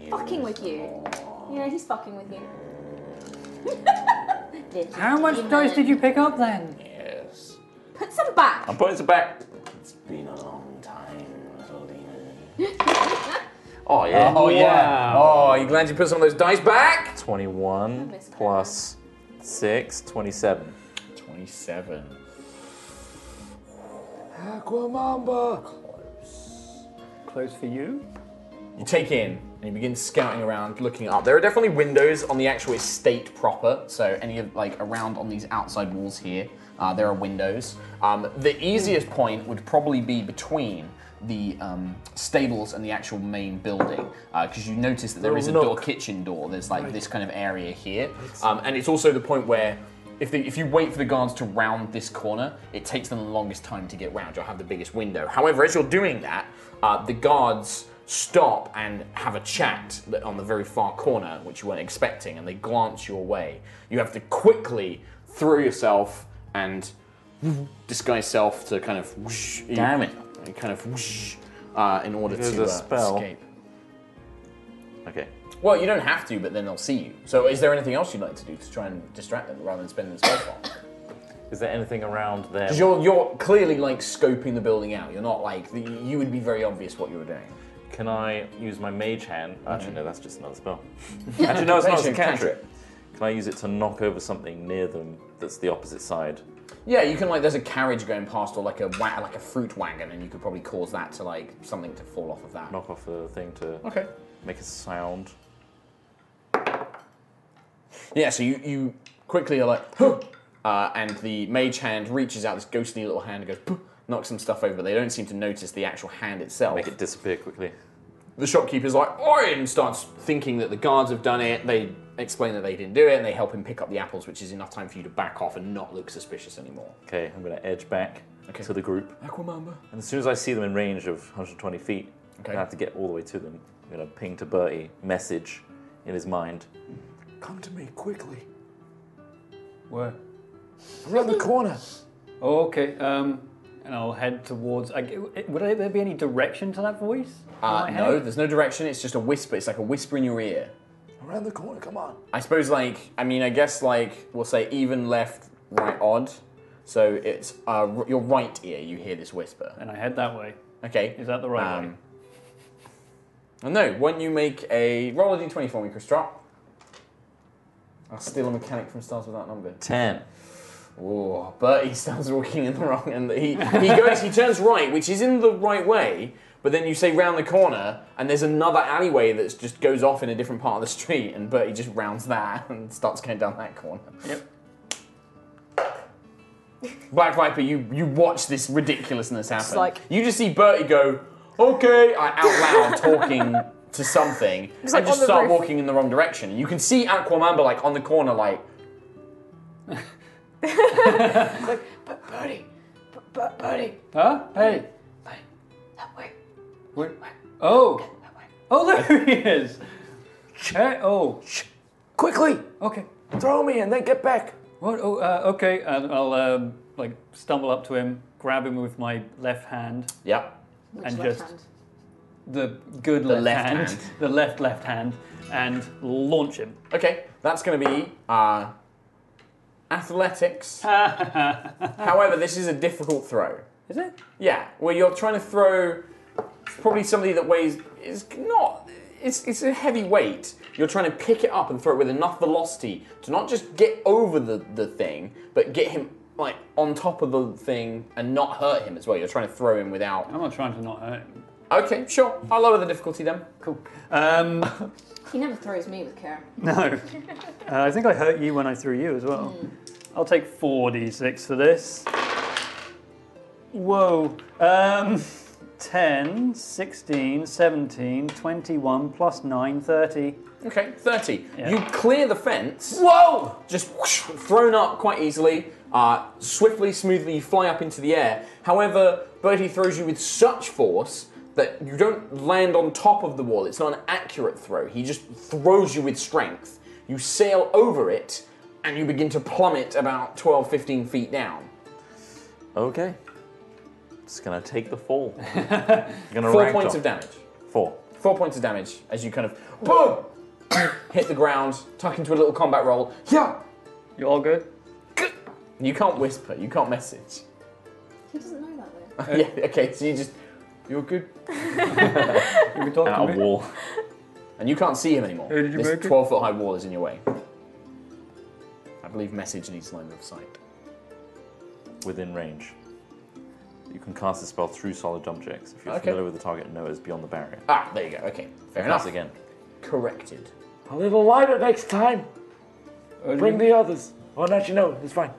he fucking with you? Yeah, he's fucking with you. How much dice did you pick up then? Yes. Put some back. I'm putting it back. It's been a long time, Rosalina. Oh yeah. Oh, yeah. Oh, you glad you put some of those dice back? 21 Goodness, plus 6, 27. 27. Aquamamba. close for you. You take in and you begin scouting around, looking up. There are definitely windows on the actual estate proper. So any of like around on these outside walls here, uh, there are windows. Um, the easiest point would probably be between the um, stables and the actual main building, because you notice that there is a door, kitchen door. There's like this kind of area here, um, and it's also the point where. If, the, if you wait for the guards to round this corner, it takes them the longest time to get round. You'll have the biggest window. However, as you're doing that, uh, the guards stop and have a chat that- on the very far corner, which you weren't expecting, and they glance your way. You have to quickly throw yourself and disguise self to kind of whoosh, Damn it. and kind of whoosh, uh, in order There's to a uh, spell. escape. Okay. Well, you don't have to, but then they'll see you. So, is there anything else you'd like to do to try and distract them rather than spending the spell slot? Is there anything around there? Because you're you're clearly like scoping the building out. You're not like the, you would be very obvious what you were doing. Can I use my mage hand? Actually, no, that's just another spell. Actually, no, it's not. It's a cantrip. Can I use it to knock over something near them that's the opposite side? Yeah, you can like there's a carriage going past or like a wa- like a fruit wagon, and you could probably cause that to like something to fall off of that. Knock off the thing to Okay. make a sound. Yeah, so you, you quickly are like, huh, uh, and the mage hand reaches out this ghostly little hand and goes, "Puh," knocks some stuff over, but they don't seem to notice the actual hand itself. Make it disappear quickly. The shopkeeper's like, oi, and starts thinking that the guards have done it. They explain that they didn't do it, and they help him pick up the apples, which is enough time for you to back off and not look suspicious anymore. Okay, I'm going to edge back Okay. to the group. Aquamamba. And as soon as I see them in range of 120 feet, Okay. I have to get all the way to them. I'm going to ping to Bertie, message in his mind. Come to me quickly. Where? Around the corner. Oh, okay. Um, and I'll head towards. I, g- would I- there be any direction to that voice? Uh, In my no, head? there's no direction. It's just a whisper. It's like a whisper in your ear. Around the corner. Come on. I suppose, like, I mean, I guess, like, we'll say even left, right, odd. So it's uh, r- your right ear. You hear this whisper. and I head that way. Okay. Um, Is that the right way? I know. When you make a roll a d20 for me, Chris Drop. I'll steal a mechanic from stars with that number. Ten. Oh, but he starts walking in the wrong, and he he goes. He turns right, which is in the right way. But then you say round the corner, and there's another alleyway that just goes off in a different part of the street, and Bertie just rounds that and starts going down that corner. Yep. Black Viper, you you watch this ridiculousness happen. like- you just see Bertie go, okay, uh, out loud talking to something, like and on just the start roof. walking in the wrong direction. You can see Aquamamba like on the corner, like But Birdie, but, but Birdie, Huh? Hey. that way. What? Oh. Oh, there he is. Hey, oh. Quickly, Okay. throw me and then get back. What? Oh, uh, okay. And I'll um, like stumble up to him, grab him with my left hand, yeah, Which And left just- hand? the good left, left hand, hand. the left left hand, and launch him. okay, that's going to be uh, athletics. However, this is a difficult throw. Is it? Yeah, where you're trying to throw probably somebody that weighs is not. It's, it's a heavy weight. You're trying to pick it up and throw it with enough velocity to not just get over the, the thing, but get him like on top of the thing and not hurt him as well. You're trying to throw him without. I'm not trying to not hurt him. Okay, sure. I'll lower the difficulty then. Cool. Um, He never throws me with care. no. Uh, I think I hurt you when I threw you as well. I'll take 4d6 for this. Whoa. Um, 10, 16, 17, 21, plus 9, 30. Okay, 30. Yeah. You clear the fence. Whoa! just whoosh, thrown up quite easily. Uh, swiftly, smoothly, you fly up into the air. However, Bertie throws you with such force that you don't land on top of the wall. It's not an accurate throw. He just throws you with strength. You sail over it, and you begin to plummet about 12, 15 feet down. Okay. Just gonna take the fall. gonna Four ragdoll. points of damage. Four. Four points of damage as you kind of boom, hit the ground, tuck into a little combat roll. Yeah. You all good? You can't whisper. You can't message. He doesn't know that though. yeah. Okay. So you just you're good. You can talk At to a me. wall. And you can't see him anymore. Hey, did you this make it? 12 foot high wall is in your way. I believe message needs line of sight. within range. You can cast a spell through solid objects if you're Okay. familiar with the target and know it's beyond the barrier. Ah, there you go. Okay, fair Cast enough. again. Corrected. A little lighter next time. Uh, Bring the others. Oh, not you know. It's fine.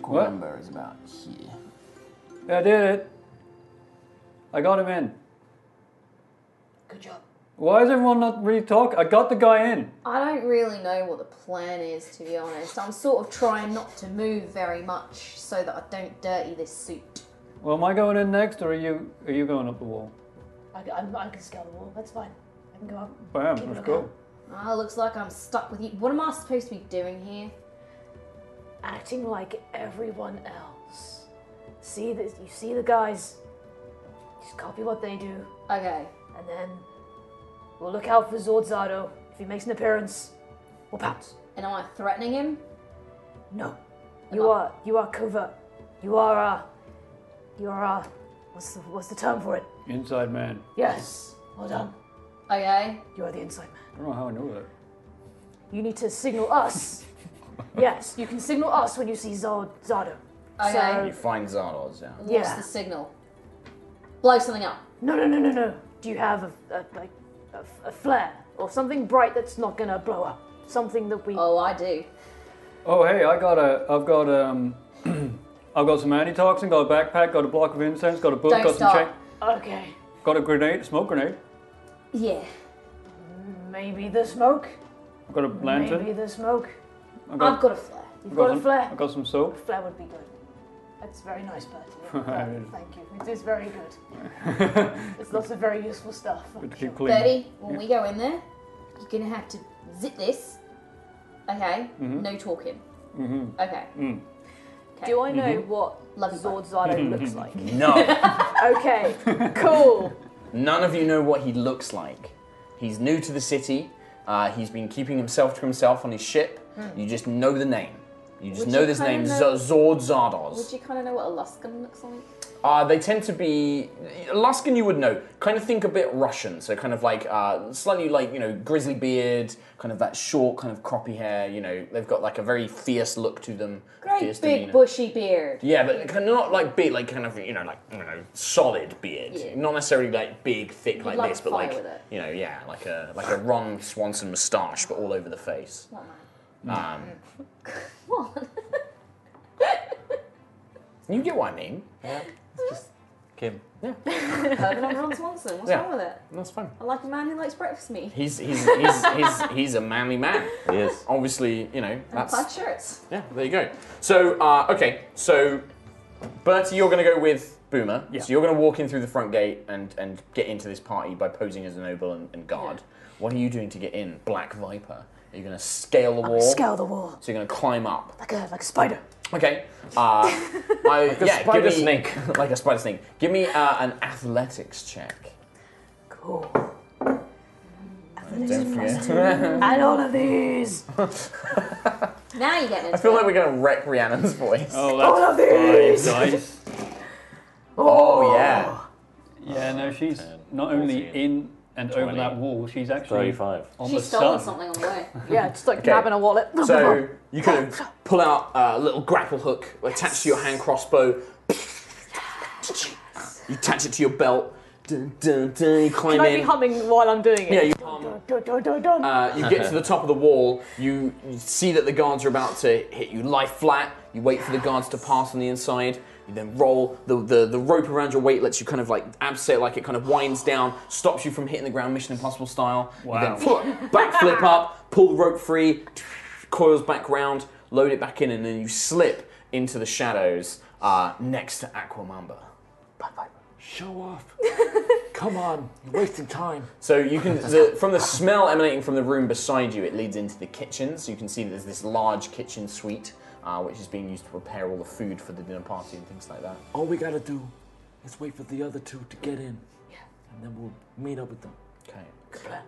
What? Number is about here. I did it. I got him in. Good job. Why is everyone not really talk? I got the guy in. I don't really know what the plan is, to be honest. I'm sort of trying not to move very much so that I don't dirty this suit. Well, am I going in next, or are you? Are you going up the wall? I, can- I'm, I can scale the wall. That's fine. I can go up. Bam. Keep Let's it go. up. Ah, looks like I'm stuck with you. What am I supposed to be doing here? Acting like everyone else. See this? You see the guys. Just copy what they do, Okay. and then we'll look out for Zordzado. If he makes an appearance, we'll pounce. And am I threatening him? No. You are you are covert. You are uh you are uh what's the what's the term for it? Inside man. Yes. Well done. Okay. You are the inside man. I don't know how I know that. You need to signal us. yes, you can signal us when you see Zod Zardo. Okay. You So find Zardoz down. What's yeah. the signal? Blow something up. No no no no no. Do you have a, a like a, a flare or something bright that's not gonna blow up? Something that we Oh, I do. Oh hey, I got a. I've got um. I've got some antitoxin. Got a backpack. Got a block of incense. Got a book. Don't got some start. chain. Okay. Got a grenade. a Smoke grenade. Yeah. Maybe the smoke. I've got a lantern. Maybe the smoke. I've I've got a flare. You've I've got, a some- flare. I've got some soap. Flare would be good. That's very nice, Bertie. Bertie, Thank you. It is very good. it's lots of very useful stuff. I'm Good to sure. keep clean. Bertie, when we go in there, you're gonna have to zip this. Okay. No talking. Mm-hmm. Okay. Do I know Mm-hmm. what Love you, Zord Zardo looks like? No, Okay, cool. none of you know what he looks like. He's new Hmm. to the city. Uh, he's been keeping himself to himself on his ship. You just know the name. You just Would know you this kinda name, know- Z- Zord Would Zardoz. you kind of know what a Luskan looks like? Uh, they tend to be Alaskan. You would know. Kind of think a bit Russian, so kind of like uh, slightly like you know grizzly beard, kind of that short kind of croppy hair. You know, they've got like a very fierce look to them. Great fierce big demeanor. bushy beard. Yeah, but kind of not like big, like kind of you know, like you know, solid beard. Yeah. Not necessarily like big, thick like light this, but fire like with it. you know, yeah, like a like a Ron Swanson moustache, but all over the face. What man? Um, What? you get what I mean? Kim. Heard it on Ron Swanson. What's Yeah. wrong with it? That's fine. I like a man who likes breakfast meat. He's he's he's he's, he's a manly man. He is. Obviously, you know And that's plaid shirts. yeah. There you go. So uh, okay, so Bertie, you're going to go with Boomer. Yeah. So you're going to walk in through the front gate and and get into this party by posing as a noble and, and guard. What are you doing to get in, Black Viper? Are you going to scale the wall? Scale the wall So you're going to climb up. like a like a spider. Okay. Uh, I, like yeah, spider give me, snake. like a spider snake. Give me uh, an athletics check. Cool. Don't forget. And all of these. Now you're getting into I feel like we're going to wreck Rhiannon's voice. Oh, that's five dice. oh yeah. Yeah, no, she's not only in and over 20, that wall, she's actually Thirty-five. on She's the stolen sun. something on the way. Yeah, just like grabbing a wallet. So you could pull out a little grapple hook attached to your hand crossbow. You attach it to your belt. Dun, dun, dun, you climb Can I in. be humming while I'm doing it? yeah, you Dun, dun, dun, dun. Uh, you get to the top of the wall. You, you see that the guards are about to hit you. Lie flat. You wait for the guards to pass on the inside. You then roll. The, the, the rope around your weight lets you kind of like abseil, like it kind of winds down, stops you from hitting the ground Mission Impossible style. Wow. You then backflip up, pull the rope free, coils back round, load it back in, and then you slip into the shadows uh, next to Aquamamba. Bye bye. Show off. Come on, you're wasting time. So you can the, from the smell emanating from the room beside you, it leads into the kitchen. So you can see there's this large kitchen suite, uh, which is being used to prepare all the food for the dinner party and things like that. All we gotta do is wait for the other two to get in. And then we'll meet up with them. Okay.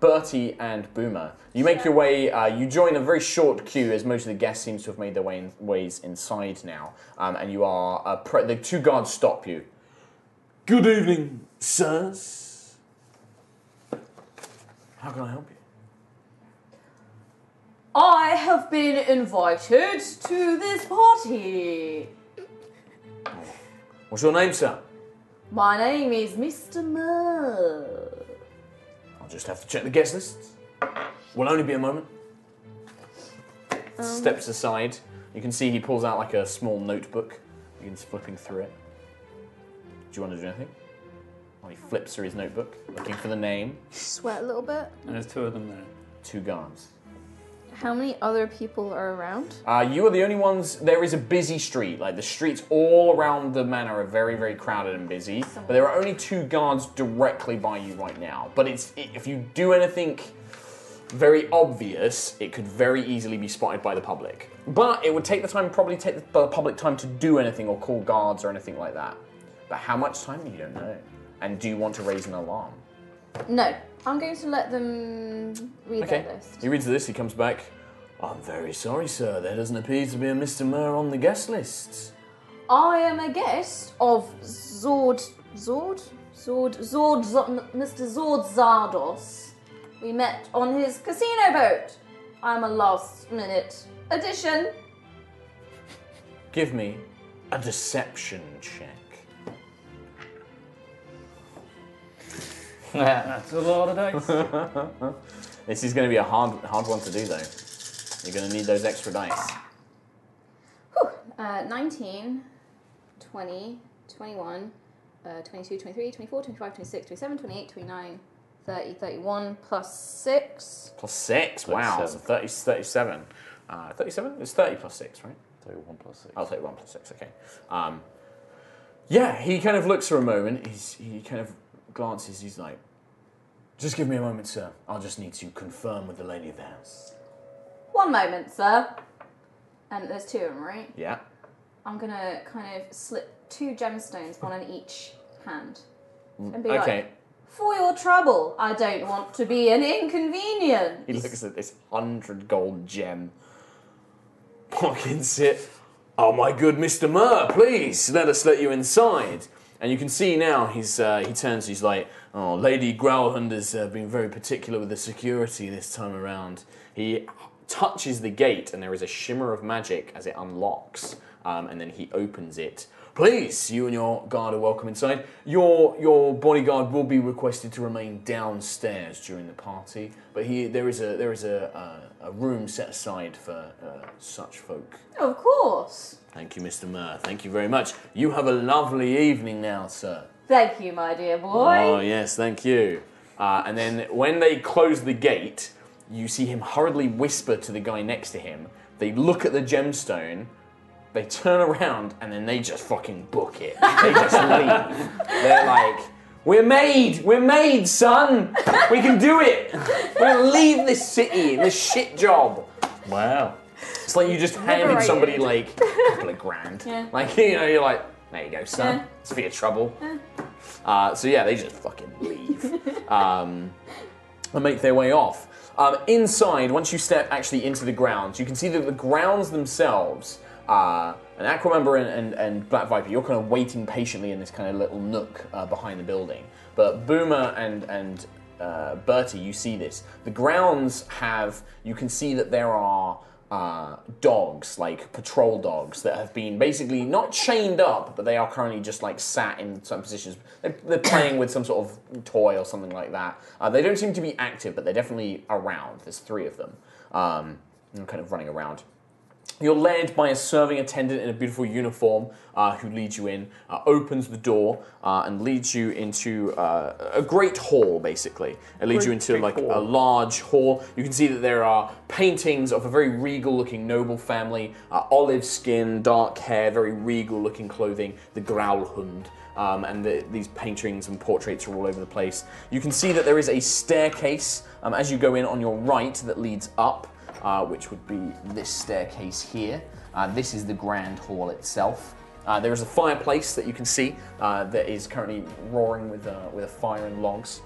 Bertie and Boomer, you make your way. Uh, you join a very short queue, as most of the guests seem to have made their way in, ways inside now. Um, and you are uh, pre- the two guards stop you. Good evening, sirs. How can I help you? I have been invited to this party. What's your name, sir? My name is Mr. Murr. I'll just have to check the guest list. Will only be a moment. Steps aside. You can see he pulls out like a small notebook. You can flipping through it. Do you want to do anything? Well, he flips through his notebook, looking for the name. Sweat a little bit. And there's two of them there. Two guards. How many other people are around? Uh, you are the only ones. There is a busy street. Like the streets all around the manor are very, very crowded and busy. But there are only two guards directly by you right now. But it's i if you do anything very obvious, it could very easily be spotted by the public. But it would take the time, probably take the the public time to do anything or call guards or anything like that. But how much time you don't know. And do you want to raise an alarm? No. I'm going to let them read Okay. their list. He reads this, he comes back. I'm very sorry, sir. There doesn't appear to be a Mr. Murr on the guest list. I am a guest of Zord. Zord? Zord, Zord, Z- Mr. Zord Zardos. We met on his casino boat. I'm a last minute addition. Give me a deception check. That's a lot of dice. This is going to be a hard, hard one to do though. You're going to need those extra dice. Uh, 19, 20, 21, uh, 22, 23, 24, 25, 26, 27, 28, 29, 30, 31, plus 6. Plus six. Wow. So 30, 37. Uh, 37? It's 30 plus six, right? Thirty-one plus six. Oh, I'll take one plus six. Okay. Um, yeah, he kind of looks for a moment. He's, he kind of glances. He's like, "Just give me a moment, sir. I'll just need to confirm with the lady of the house." One moment, sir. And there's two of them, right? Yeah. I'm gonna kind of slip two gemstones, one in each hand, and be Mm, Okay. like, "For your trouble, I don't want to be an He inconvenience." looks at this hundred gold gem. pockets it. Oh my good Mr. Murr, please let us let you inside. And you can see now he's uh, he turns. He's like, oh, Lady Growlhund has uh, been very particular with the security this time around. He touches the gate, and there is a shimmer of magic as it unlocks, um, and then he opens it. Please, you and your guard are welcome inside. Your your bodyguard will be requested to remain downstairs during the party, but he there is a there is a uh, a room set aside for uh, such folk. Of course. Thank you, Mr. Murr. Thank you very much. You have a lovely evening now, sir. Thank you, my dear boy. Oh, yes, thank you. Uh, and then when they close the gate, you see him hurriedly whisper to the guy next to him. They look at the gemstone, they turn around, and then they just fucking book it. They just leave. They're like, we're made! We're made, son! We can do it! We're gonna leave this city, this shit job. Wow. It's like you just handed somebody like a couple of grand. Yeah. Like, you know, you're like, there you go, son. Yeah. It's for your trouble. Uh, so yeah, they just fucking leave um, and make their way off. Um, inside, once you step actually into the grounds, you can see that the grounds themselves, uh, and Aquamember and, and, and Black Viper, you're kind of waiting patiently in this kind of little nook uh, behind the building. But Boomer and, and uh, Bertie, you see this. The grounds have, you can see that there are uh, dogs, like patrol dogs, that have been basically not chained up, but they are currently just like sat in some positions. They're, they're playing with some sort of toy or something like that. Uh, they don't seem to be active, but they're definitely around. There's three of them, um, and kind of running around. You're led by a serving attendant in a beautiful uniform uh, who leads you in, uh, opens the door, uh, and leads you into uh, a great hall, basically. It leads you Great into big like a hall. large hall. You can see that there are paintings of a very regal looking noble family uh, olive skin, dark hair, very regal looking clothing, the Growlhund. Um, and the, these paintings and portraits are all over the place. You can see that there is a staircase um, as you go in on your right that leads up uh, which would be this staircase here. Uh, this is the grand hall itself. Uh, there is a fireplace that you can see uh, that is currently roaring with, uh, with a fire and logs.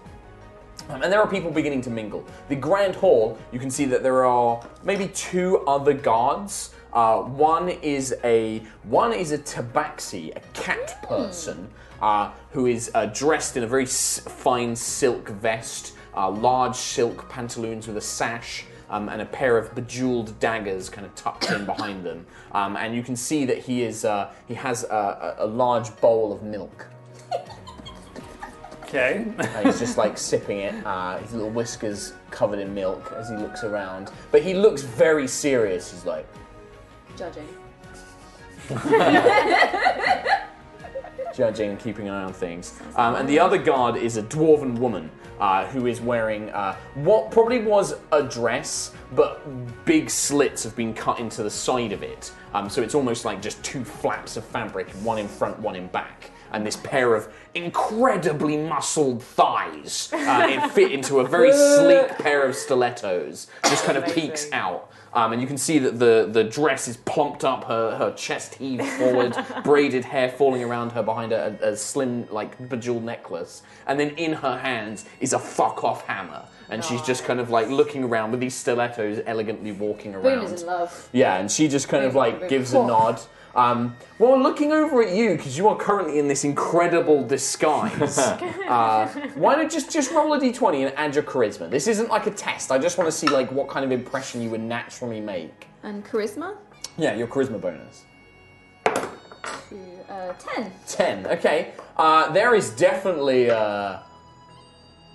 Um, and there are people beginning to mingle. The Grand Hall, you can see that there are maybe two other guards. Uh, one is a one is a tabaxi, a cat person, uh, who is uh, dressed in a very s- fine silk vest, uh, large silk pantaloons with a sash, um, and a pair of bejeweled daggers kind of tucked in behind them. Um, and you can see that he is uh, he has a, a, a large bowl of milk. Okay. And he's just like sipping it, uh, his little whiskers covered in milk as he looks around. But he looks very serious. He's like, Judging. judging and keeping an eye on things. Um, and the other guard is a dwarven woman uh, who is wearing uh, what probably was a dress, but big slits have been cut into the side of it. Um, so it's almost like just two flaps of fabric, one in front, one in back. And this pair of incredibly muscled thighs uh, it fit into a very sleek pair of stilettos, just kind of peeks out. Um, and you can see that the, the dress is plumped up, her, her chest heaved forward, braided hair falling around her behind her, a, a slim, like, bejeweled necklace. And then in her hands is a fuck off hammer. And she's just kind of like looking around with these stilettos elegantly walking around. Boom is in love. Yeah, and she just kind of like gives a Cool. nod. Um, well, looking over at you because you are currently in this incredible disguise. uh, why don't just just roll a d20 and add your charisma? This isn't like a test. I just want to see like what kind of impression you would naturally make. And charisma? Yeah, your charisma bonus. To, uh, 10. 10. Okay. Uh, there is definitely. Uh...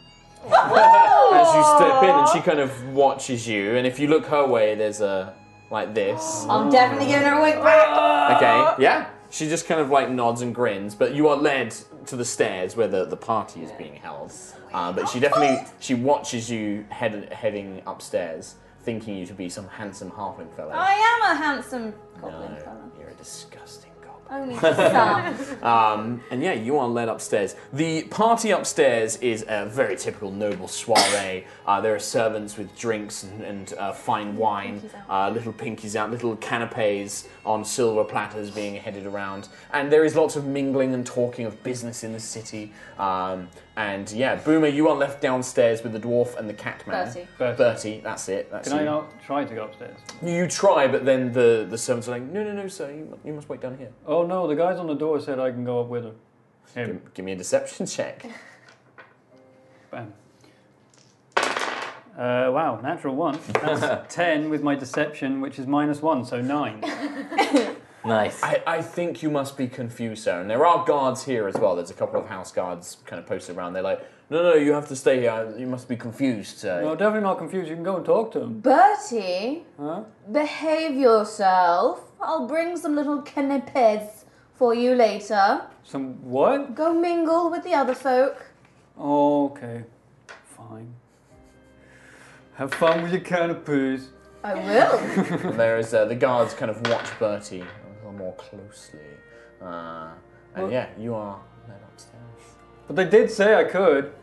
As you step in, and she kind of watches you, and if you look her way, there's a. like this. I'm definitely giving her a wink back. Okay, yeah. She just kind of like nods and grins, but you are led to the stairs where the, the party is being held. Uh, but she definitely she watches you head, heading upstairs, thinking you to be some handsome halfling fellow. I am a handsome goblin fella. no, you're a disgusting goblin. Only some. Um, and yeah, you are led upstairs. The party upstairs is a very typical noble soiree. Uh, there are servants with drinks and, and uh, fine wine, uh, little pinkies out, little canapes on silver platters being headed around. And there is lots of mingling and talking of business in the city. Um, And yeah, Boomer, you are left downstairs with the dwarf and the cat man. Uh, Bertie. Bertie. that's it. That's Can I you. not try to go upstairs? You try, but then the, the servants are like, no, no, no, sir, you, mu- you must wait down here. Oh no, the guys on the door said I can go up with her. Him. Give me a deception check. Bam. Uh, wow, natural one. That's 10 with my deception, which is minus one, so nine. Nice. I, I think you must be confused, sir. And there are guards here as well. There's a couple of house guards kind of posted around. They're like, no, no, you have to stay here. You must be confused, sir. No, definitely not confused. You can go and talk to him. Bertie, Huh? behave yourself. I'll bring some little canapes for you later. Some what? Go mingle with the other folk. Okay, fine. Have fun with your canapes. I will. And there is uh, the guards kind of watch Bertie a little more closely. Uh, and yeah, you are led upstairs. But they did say I could.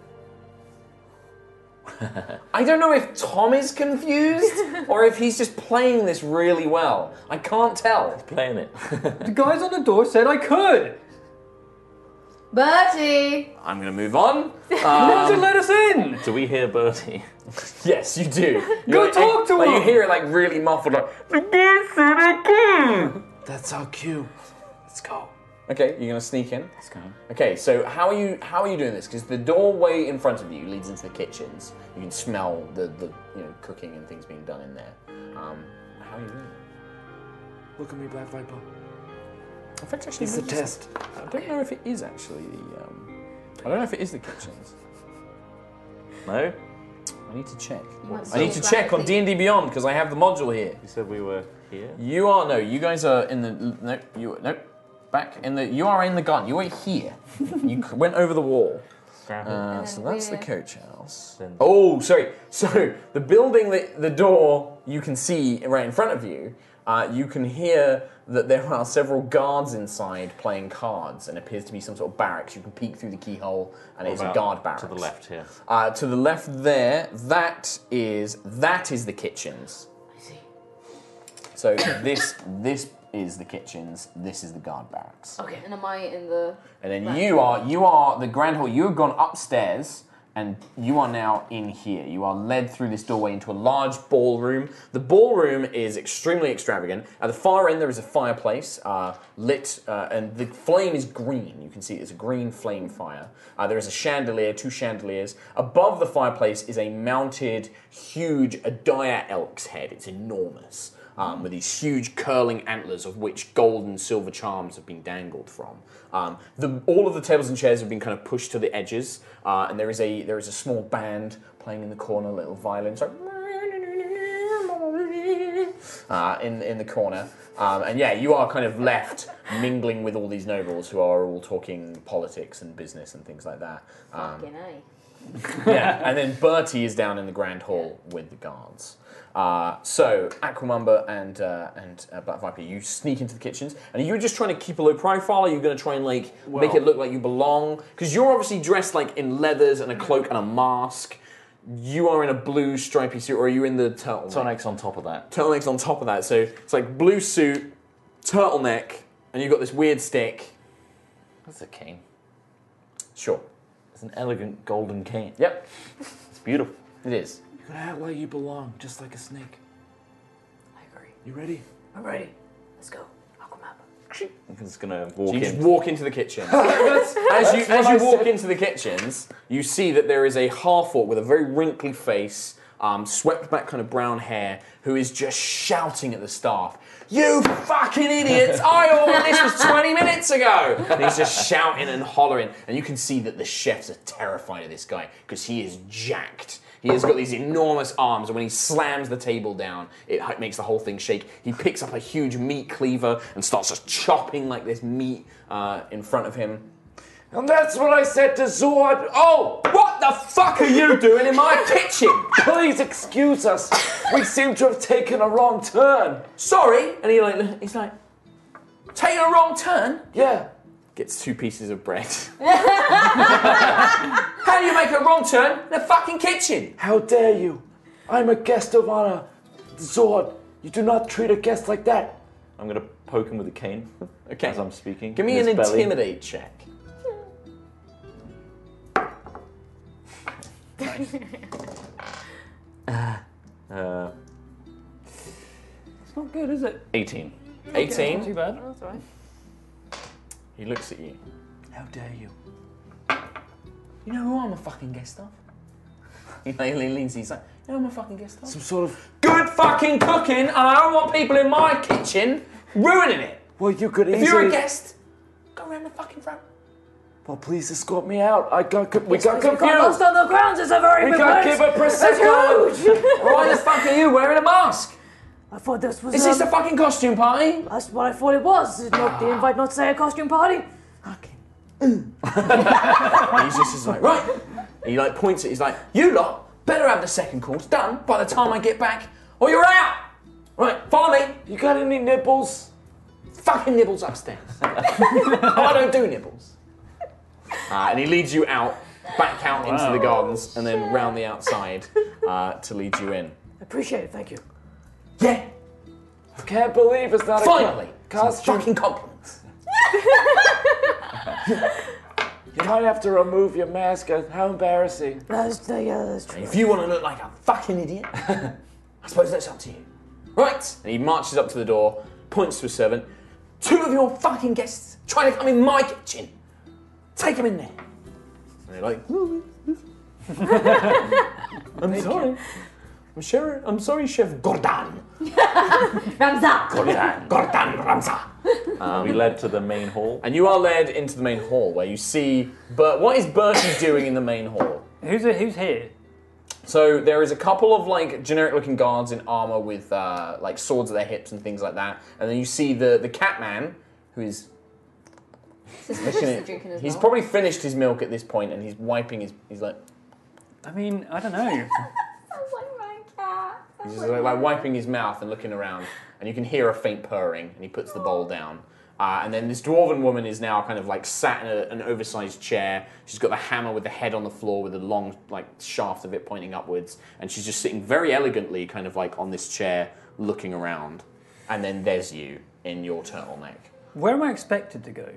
I don't know if Tom is confused or if he's just playing this really well. I can't tell. Playing it. The guys on the door said I could. Bertie, I'm going to move on. They Um, let us in. Do we hear Bertie? yes, you do. Go You're- talk to like, You him. hear it like really muffled, like, That's our cue. Let's go. Okay, you're gonna sneak in. Let's go. Okay, so how are you? How are you doing this? Because the doorway in front of you leads into the kitchens. You can smell the, the you know cooking and things being done in there. Um, how are you doing? Look at me, Black Viper. In fact, actually, It's a maybe just- test. I don't know if it is actually the. Um, I don't know if it is the kitchens. No? I need to check. must I need to solve check on that, D and D Beyond because I have the module here. You said we were here? You are no. You guys are in the no. You no. Back in the. You are in the gun. You were here. you c- went over the wall. Uh, so then that's the we're- coach house. Then- Oh, sorry. So the building, that the door you can see right in front of you. Uh, you can hear that there are several guards inside playing cards, and appears to be some sort of barracks. You can peek through the keyhole, and it's a About guard barracks To the left here. Uh, to the left there, that is that is the kitchens. So this this is the kitchens. This is the guard barracks. Okay. And am I in the? And then you are you are the grand hall. You have gone upstairs and you are now in here. You are led through this doorway into a large ballroom. The ballroom is extremely extravagant. At the far end there is a fireplace uh, lit uh, and the flame is green. You can see it's a green flame fire. Uh, there is a chandelier, two chandeliers. Above the fireplace is a mounted huge Adaya elk's head. It's enormous um, with these huge curling antlers of which gold and silver charms have been dangled from. Um, the, all of the tables and chairs have been kind of pushed to the edges, uh, and there is a there is a small band playing in the corner, a little violin, it's like, uh, in in the corner. Um, and yeah, you are kind of left mingling with all these nobles who are all talking politics and business and things like that. Um, Fucking A. yeah, and then Bertie is down in the grand hall with the guards. Uh, so Aquamumba and uh, and uh, Black Viper, you sneak into the kitchens, and are you just trying to keep a low profile? Are you going to try and like make it look like you belong? Because you're obviously dressed like in leathers and a cloak and a mask. You are in a blue stripy suit, or are you in the turtleneck? Sonic's on top of that. Turtleneck's on top of that, so it's like blue suit, turtleneck, and you've got this weird stick. That's a cane. Sure. It's an elegant golden cane. Yep, It's beautiful. it is. You gotta act like you belong, just like a snake. I agree. You ready? I'm ready. Let's go. Aquamappa. I'm just gonna walk You just in. walk into the kitchen. as you, as you walk into the kitchens, you see that there is a half orc with a very wrinkly face, um, swept back kind of brown hair, who is just shouting at the staff, You fucking idiots! I ordered this was 20 minutes ago! And he's just shouting and hollering. And you can see that the chefs are terrified of this guy because he is jacked. He has got these enormous arms, and when he slams the table down, it h- makes the whole thing shake. He picks up a huge meat cleaver and starts just chopping like this meat uh, in front of him. And that's what I said to Zord. Oh, What the fuck are you doing in my kitchen? please excuse us. We seem to have taken a wrong turn. Sorry. And he like he's like, taking a wrong turn. Yeah. Gets two pieces of bread. How do you make a wrong turn in a fucking kitchen? How dare you? I'm a guest of honor. Zord, you do not treat a guest like that. I'm gonna poke him with a cane Okay. as I'm speaking. Give me in an his belly. intimidate check. Uh, It's not good, is it? 18. 18. Not too bad. Oh, That's right. He looks at you. How dare you? You know who I'm a fucking guest of? He le- le- leans he's like, you know who I'm a fucking guest of? Some sort of. Good fucking cooking, and I don't want people in my kitchen ruining it. Well, you could If you're easily. a guest, go around the fucking front. well, please escort me out. I got. co- We got Got lost confused. on the grounds. It's a very We big got place. keep a prosecco. It's huge. Why the fuck are you wearing a mask? I thought this was. Is this um, a fucking costume party? Ah. That's what I thought it was. Did not the invite not say a costume party? He's just he's like, right. He like points at. He's like, you lot better have the second course done by the time I get back, or you're out. Right, follow me. You got any nipples? Fucking nibbles upstairs. I don't do nibbles. Uh, and he leads you out, back out into the gardens, and then round the outside uh, to lead you in. Appreciate it. Thank you. Yeah, Can't believe it's not finally. a co- Some costume. fucking compliments. You might have to remove your mask. uh, How embarrassing. That's, uh, yeah, that's true. If you want to look like a fucking idiot, I suppose that's up to you. Right. And he marches up to the door, points to a servant. Two of your fucking guests trying to come in my kitchen. Take them in there. And they're like, I'm sorry. I'm sure. I'm sorry, Chef Gordan. Ramza! Gordan. Gordan Ramza. we led to the main hall. And you are led into the main hall where you see. Bert, what is Bertie doing in the main hall? Who's, who's here? So there is a couple of like generic looking guards in armor with uh, like swords at their hips and things like that. And then you see the the cat man who is Suspiciously drinking as he's well. probably finished his milk at this point and he's wiping his he's like I mean, I don't know. Sounds like my cat. he's Sounds just like, like wiping his mouth and looking around and you can hear a faint purring and he puts the bowl down. Uh, and then this dwarven woman is now kind of like sat in a, an oversized chair. She's got the hammer with the head on the floor with a long like shaft of it pointing upwards, and she's just sitting very elegantly, kind of like on this chair, looking around. And then there's you in your turtleneck. Where am I expected to go?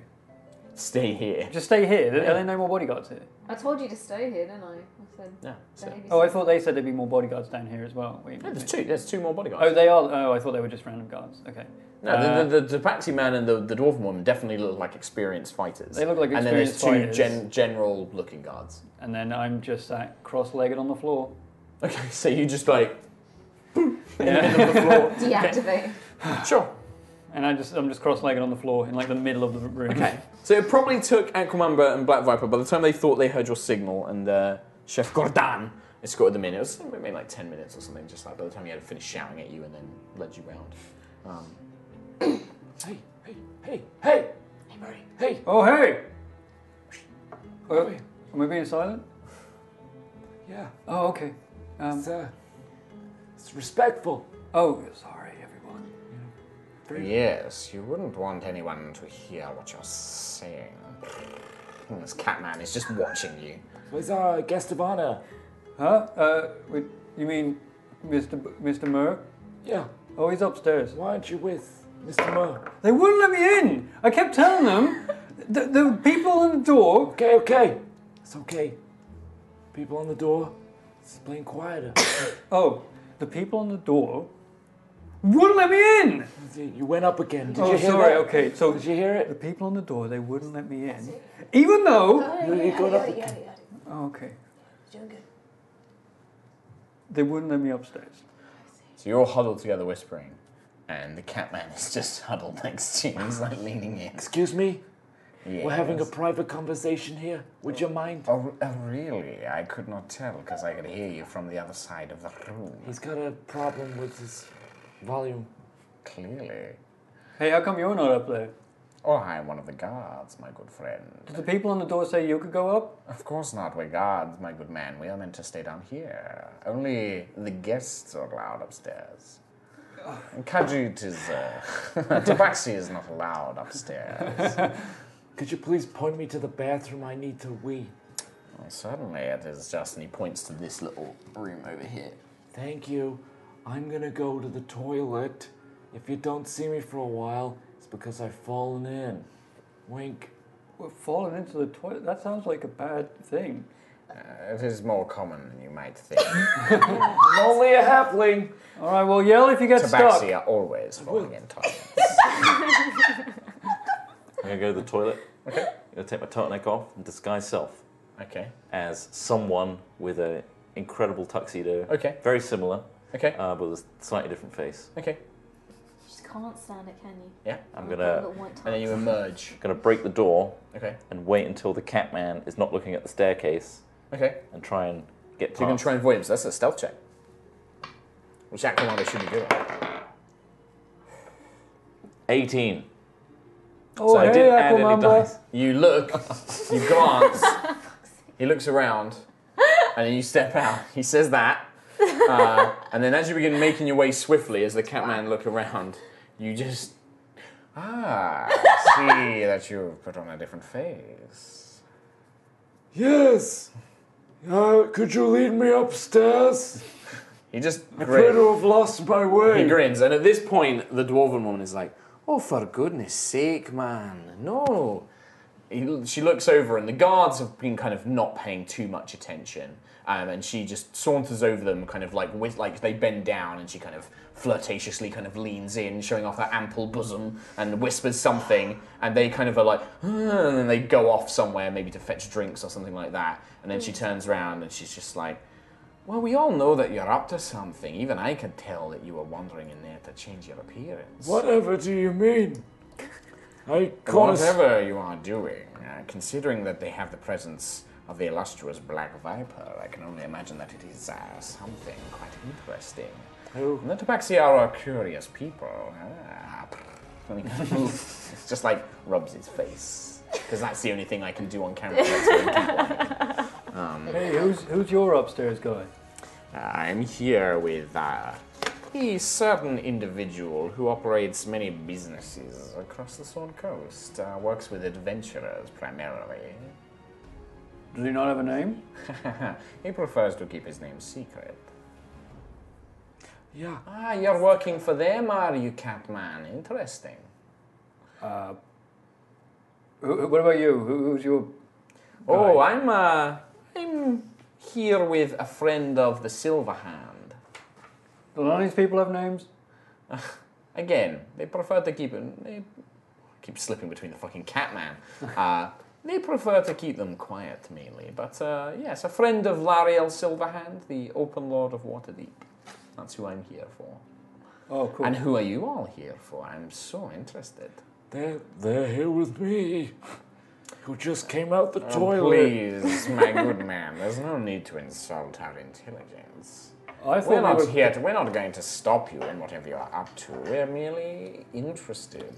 Stay here. Just stay here. Are there no more bodyguards here? I told you to stay here, didn't I? I said, No, so- there may be Oh, I some- thought they said there'd be more bodyguards down here as well. Wait, No, wait. there's two. There's two more Oh, bodyguards. they are. Oh, I thought they were just random guards. Okay. no, Uh, the, the, the, the Patsy man and the, the Dwarven woman definitely look like experienced fighters. They look like And then there's two experienced fighters. gen, general looking guards. And then I'm just sat cross-legged on the floor. Okay, so you just like Deactivate. sure. And I just I'm just cross-legged on the floor in like the middle of the room. Okay, so it probably took Aquamamba and Black Viper by the time they thought they heard your signal and uh, Chef Gordon escorted them in. It was maybe like ten minutes or something, just like by the time he had finished shouting at you and then led you round. Um, Hey, hey, hey, hey, hey, Murray. hey. Oh hey. Oh, Oh, am I being silent? Yeah. Oh okay. Um, It's, uh, it's respectful. oh sorry everyone. Yes, you wouldn't want anyone to hear what you're saying. And This Catman is just watching you. Where's our uh, guest of honor? Huh? Uh, wait, you mean Mr. B- Mr. Murr? Yeah. Oh, he's upstairs. Why aren't you with Mr. Murr? They wouldn't let me in. I kept telling them. The, the people on the door. Okay, okay. It's okay. People on the door. It's playing quieter. Oh, the people on the door wouldn't let me in. you went up again. Did oh, you hear sorry. that? Okay, so Did you hear the it? people on the door they wouldn't let me in, even though. Oh, You- you yeah, got yeah, up- yeah, yeah, yeah. Oh, okay. Doing good. They wouldn't let me upstairs. So you're all huddled together whispering, and the Catman is just huddled next to you. He's like leaning in. Excuse me. We're having a Yes. private conversation here. Would you mind? Oh, oh, really? I could not tell because I could hear you from the other side of the room. He's got a problem with his volume. Clearly. Hey, how come you're not up there? Oh, I'm one of the guards, my good friend. Did the people on the door say you could go up? Of course not, we're guards, my good man. We are meant to stay down here. Only the guests are allowed upstairs. And Khajiit is. Uh, Tabaxi is not allowed upstairs. Could you please point me to the bathroom? I need to wee. Well, certainly it is just, and he points to this little room over here. Thank you. I'm gonna go to the toilet. If you don't see me for a while, it's because I've fallen in. Wink. We're falling into the toilet. That sounds like a bad thing. It is more common than you might think. I'm only a halfling. All right, well, yell if you get stuck. Tabaxi are always falling in time. I'm gonna go to the toilet. Okay. I'm gonna take my turtleneck off and disguise self Okay. as someone with an incredible tuxedo. Okay. Very similar, Okay. uh, but with a slightly different face. Okay. just can't stand it, can you? Yeah. I'm Little gonna white And then you tux. emerge. gonna break the door Okay. and wait until the cat man is not looking at the staircase Okay. and try and get past. So you can try and avoid him. So that's a stealth check. Which Aquamada should be good at. 18. Oh, so I hey, didn't add any Aquamamba. dice. You look, you glance, he looks around, and then you step out. He says that. Uh, and then as you begin making your way swiftly, as the catman look around, you just. Ah, I see that you've put on a different face. Yes. Uh, could you lead me upstairs? He just I appear grins. to have lost my way. He grins, and at this point, the dwarven woman is like, "Oh, for goodness sake, man, no!" He, she looks over, and the guards have been kind of not paying too much attention. Um, and she just saunters over them, kind of like with, like they bend down, and she kind of flirtatiously kind of leans in, showing off her ample bosom, and whispers something. And they kind of are like, "Ah," and then they go off somewhere, maybe to fetch drinks or something like that. And then she turns around, and she's just like, "Well, we all know that you're up to something. Even I could tell that you were wandering in there to change your appearance." Whatever do you mean? I caught a Whatever you are doing, uh, considering that they have the presence of the illustrious Black Viper, I can only imagine that it is uh, something quite interesting. And the Tabaxi are a curious people. Ah, and he kind of just like rubs his face. Because that's the only thing I can do on camera. That's what I keep like. Hey, who's, who's your upstairs guy? I'm here with uh, a certain individual who operates many businesses across the Sword Coast. Uh, works with adventurers primarily. Does he not have a name? he prefers to keep his name secret. yeah. Ah, you're working for them, are you, Catman? Interesting. Who, who- what about you? Who, who's your. Oh, I'm uh, I'm here with a friend of the Silver Hand. Do none of these people have names? Again, they prefer to keep it. They keep slipping between the fucking Catman. Uh, they prefer to keep them quiet mainly. But uh, yes, a friend of Lariel Silverhand, the Open Lord of Waterdeep. That's who I'm here for. Oh, cool. And who are you all here for? I'm so interested. They're, they're here with me. Who just came out the Oh, toilet. please, my good man, there's no need to insult our intelligence. I thought We're we not were- here. To, we're not going to stop you in whatever you're up to. We're merely interested.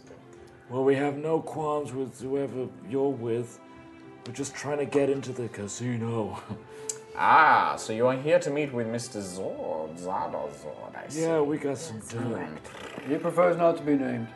Well, we have no qualms with whoever you're with. We're just trying to get into the casino. Ah, so you are here to meet with Mr. Zord, Zardor Zord. I see. yeah, we got some time. He prefers not to be named.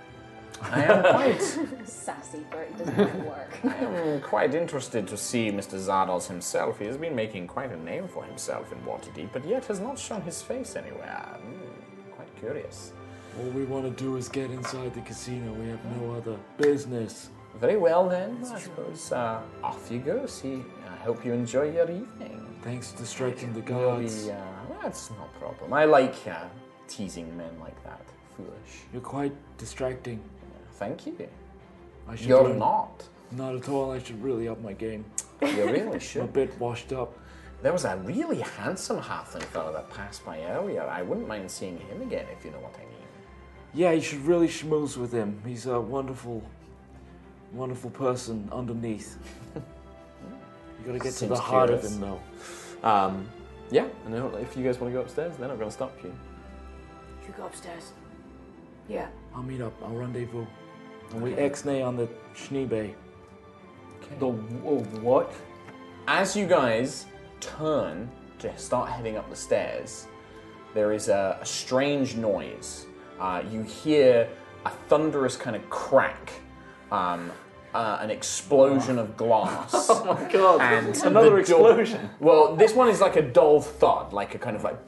I am quite, Sassy, but it doesn't work. I am quite interested to see Mr. Zardos himself. He has been making quite a name for himself in Waterdeep, but yet has not shown his face anywhere. Hmm, quite curious. All we want to do is get inside the casino. We have no other business. Very well then, I suppose. Uh, off you go. See, I hope you enjoy your evening. Thanks for distracting the We'll guards. be, uh, that's no problem. I like uh, teasing men like that. Foolish. You're quite distracting. Thank you. I should You're learn- not. Not at all. I should really up my game. You really I'm a should. bit washed up. There was a really handsome halfling fellow that passed by earlier. I wouldn't mind seeing him again if you know what I mean. Yeah, you should really schmooze with him. He's a wonderful, wonderful person underneath. you gotta get to Seems the heart curious. of him, though. Um, yeah, and they're not- if you guys want to go upstairs, they're not going to stop you. You go upstairs. Yeah. I'll meet up. I'll rendezvous. And we ex-nay on the Schneebay. The oh, what? As you guys turn to start heading up the stairs, there is a, a strange noise. Uh, you hear a thunderous kind of crack, um, uh, an explosion of glass. oh my god! And another explosion. Well, this one is like a dull thud, like a kind of like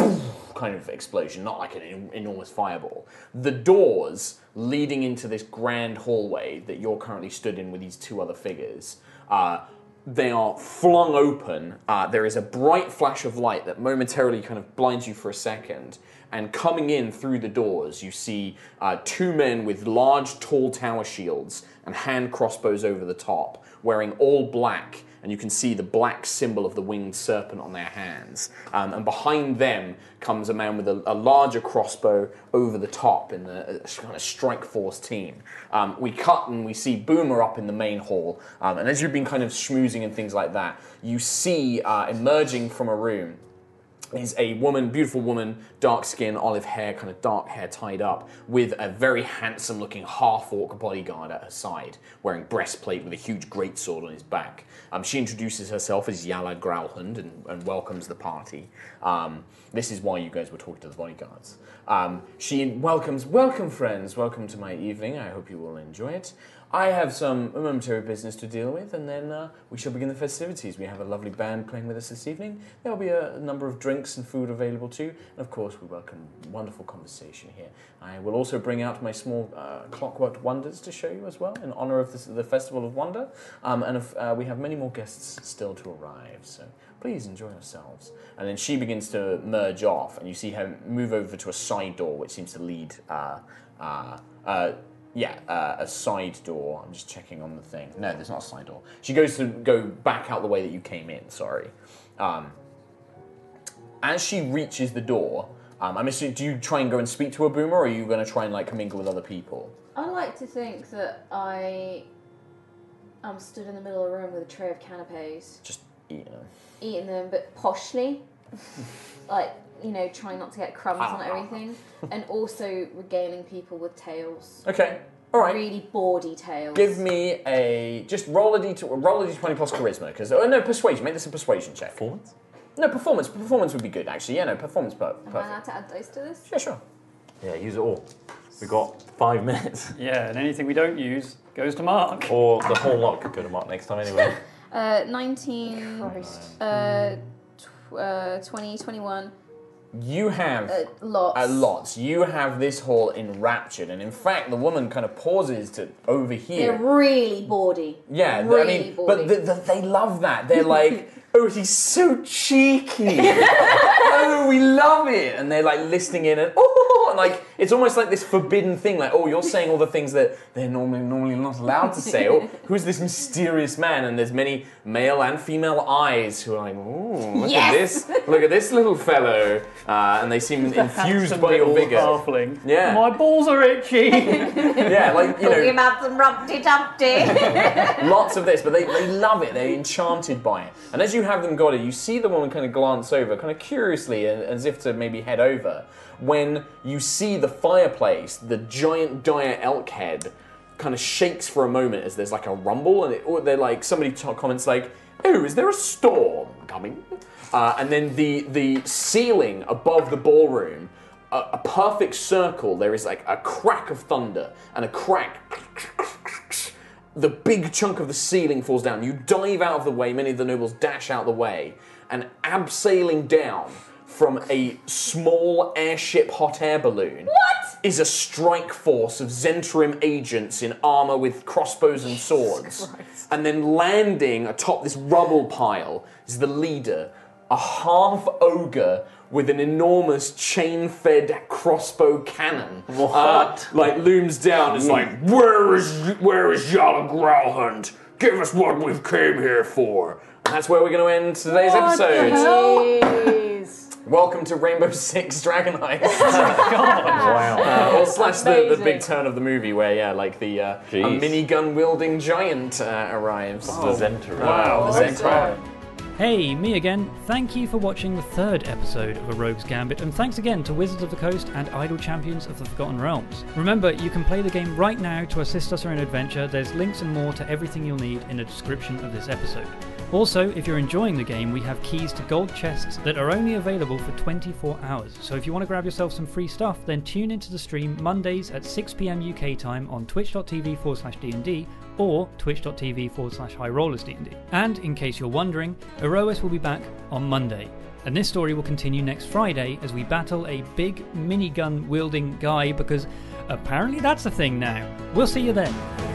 kind of explosion, not like an en- enormous fireball. The doors leading into this grand hallway that you're currently stood in with these two other figures. Uh, They are flung open. Uh, there is a bright flash of light that momentarily kind of blinds you for a second. And coming in through the doors, you see uh, two men with large, tall tower shields and hand crossbows over the top, wearing all black. And you can see the black symbol of the winged serpent on their hands. Um, and behind them comes a man with a, a larger crossbow over the top in the uh, kind of strike force team. Um, we cut and we see Boomer up in the main hall. Um, and as you've been kind of schmoozing and things like that, you see uh, emerging from a room is a woman, beautiful woman, dark skin, olive hair, kind of dark hair tied up, with a very handsome looking half orc bodyguard at her side, wearing breastplate with a huge greatsword on his back. Um, she introduces herself as Yala Growlhund and, and welcomes the party. Um, this is why you guys were talking to the bodyguards. Um, she welcomes, welcome friends, welcome to my evening. I hope you will enjoy it. I have some momentary business to deal with, and then uh, we shall begin the festivities. We have a lovely band playing with us this evening. There will be a number of drinks and food available too, and of course, we welcome wonderful conversation here. I will also bring out my small uh, clockwork wonders to show you as well, in honor of this, the Festival of Wonder. Um, and if, uh, we have many more guests still to arrive, so please enjoy yourselves. And then she begins to merge off, and you see her move over to a side door, which seems to lead. uh, yeah, uh, a side door. I'm just checking on the thing. No, there's not a side door. She goes to go back out the way that you came in. Sorry. Um, as she reaches the door, um, I'm assuming. Do you try and go and speak to a boomer, or are you going to try and like mingle with other people? I like to think that I am stood in the middle of a room with a tray of canapes, Just eat them. eating them, but poshly, like you know, trying not to get crumbs on Ah. everything, and also regaling people with tales. Okay. All right. Really bawdy tales. Give me a just roll a d roll a d20 plus charisma because oh no persuasion make this a persuasion check. Performance? No performance performance would be good actually yeah no performance per- Am I perfect. allowed to add dice to this? Yeah sure. Yeah, use it all. We've got five minutes. Yeah, and anything we don't use goes to Mark. Or the whole lot could go to Mark next time anyway. Uh, 19, uh, tw- uh, 20, 21, You have uh, lots. a lot. You have this hall enraptured and in fact the woman kind of pauses to overhear. They're really bawdy. Yeah, th- really I mean, bawdy. but th th they love that. They're like, oh, he's so cheeky. oh, we love it. And they're like listening in and, oh, and like, it's almost like this forbidden thing. Like, oh, you're saying all the things that they're normally normally not allowed to say. Oh, who's this mysterious man? And there's many male and female eyes who are like, oh, look at Yes. this. Look at this little fellow. Uh, and they seem infused Handsome by your little vigor. halfling. Yeah. My balls are itchy. Yeah, like, you know. Talking about some Rumpty Dumpty. lots of this, but they, they love it. They're enchanted by it. And as you have them got it, you see the woman kind of glance over, kind of curiously, a- as if to maybe head over, when you see the fireplace, the giant dire elk head kind of shakes for a moment as there's like a rumble, and it, or they're like, somebody t- comments like, oh, is there a storm coming? Uh, and then the, the ceiling above the ballroom a, a perfect circle, there is like a crack of thunder and a crack. The big chunk of the ceiling falls down. You dive out of the way. Many of the nobles dash out the way, and abseiling down from a small airship hot air balloon. What is a strike force of Zentrim agents in armor with crossbows and swords? And then landing atop this rubble pile is the leader, a half ogre with an enormous chain-fed crossbow cannon. What? like looms down. It's like, Hmm. where is where is Yala Growlhund? Give us what we've came here for. And that's where we're going to end today's episode. Jeez. Welcome to Rainbow Six Dragon Heist. wow. Uh, or slash the, the Amazing. big turn of the movie where yeah, like the uh, a Jeez. Oh, minigun wielding giant uh, arrives. The Zentary. Wow, the Zentral. Hey, me again. Thank you for watching the third episode of A Rogue's Gambit, and thanks again to Wizards of the Coast and Idle Champions of the Forgotten Realms. Remember, you can play the game right now to assist us on an adventure. There's links and more to everything you'll need in the description of this episode. Also, if you're enjoying the game, we have keys to gold chests that are only available for 24 hours. So if you want to grab yourself some free stuff, then tune into the stream Mondays at 6 pm UK time on twitch.tv forward slash D&D or twitch.tv forward slash high rollers D&D. And in case you're wondering, Eroas will be back on Monday. And this story will continue next Friday as we battle a big minigun wielding guy because apparently that's a thing now. We'll see you then.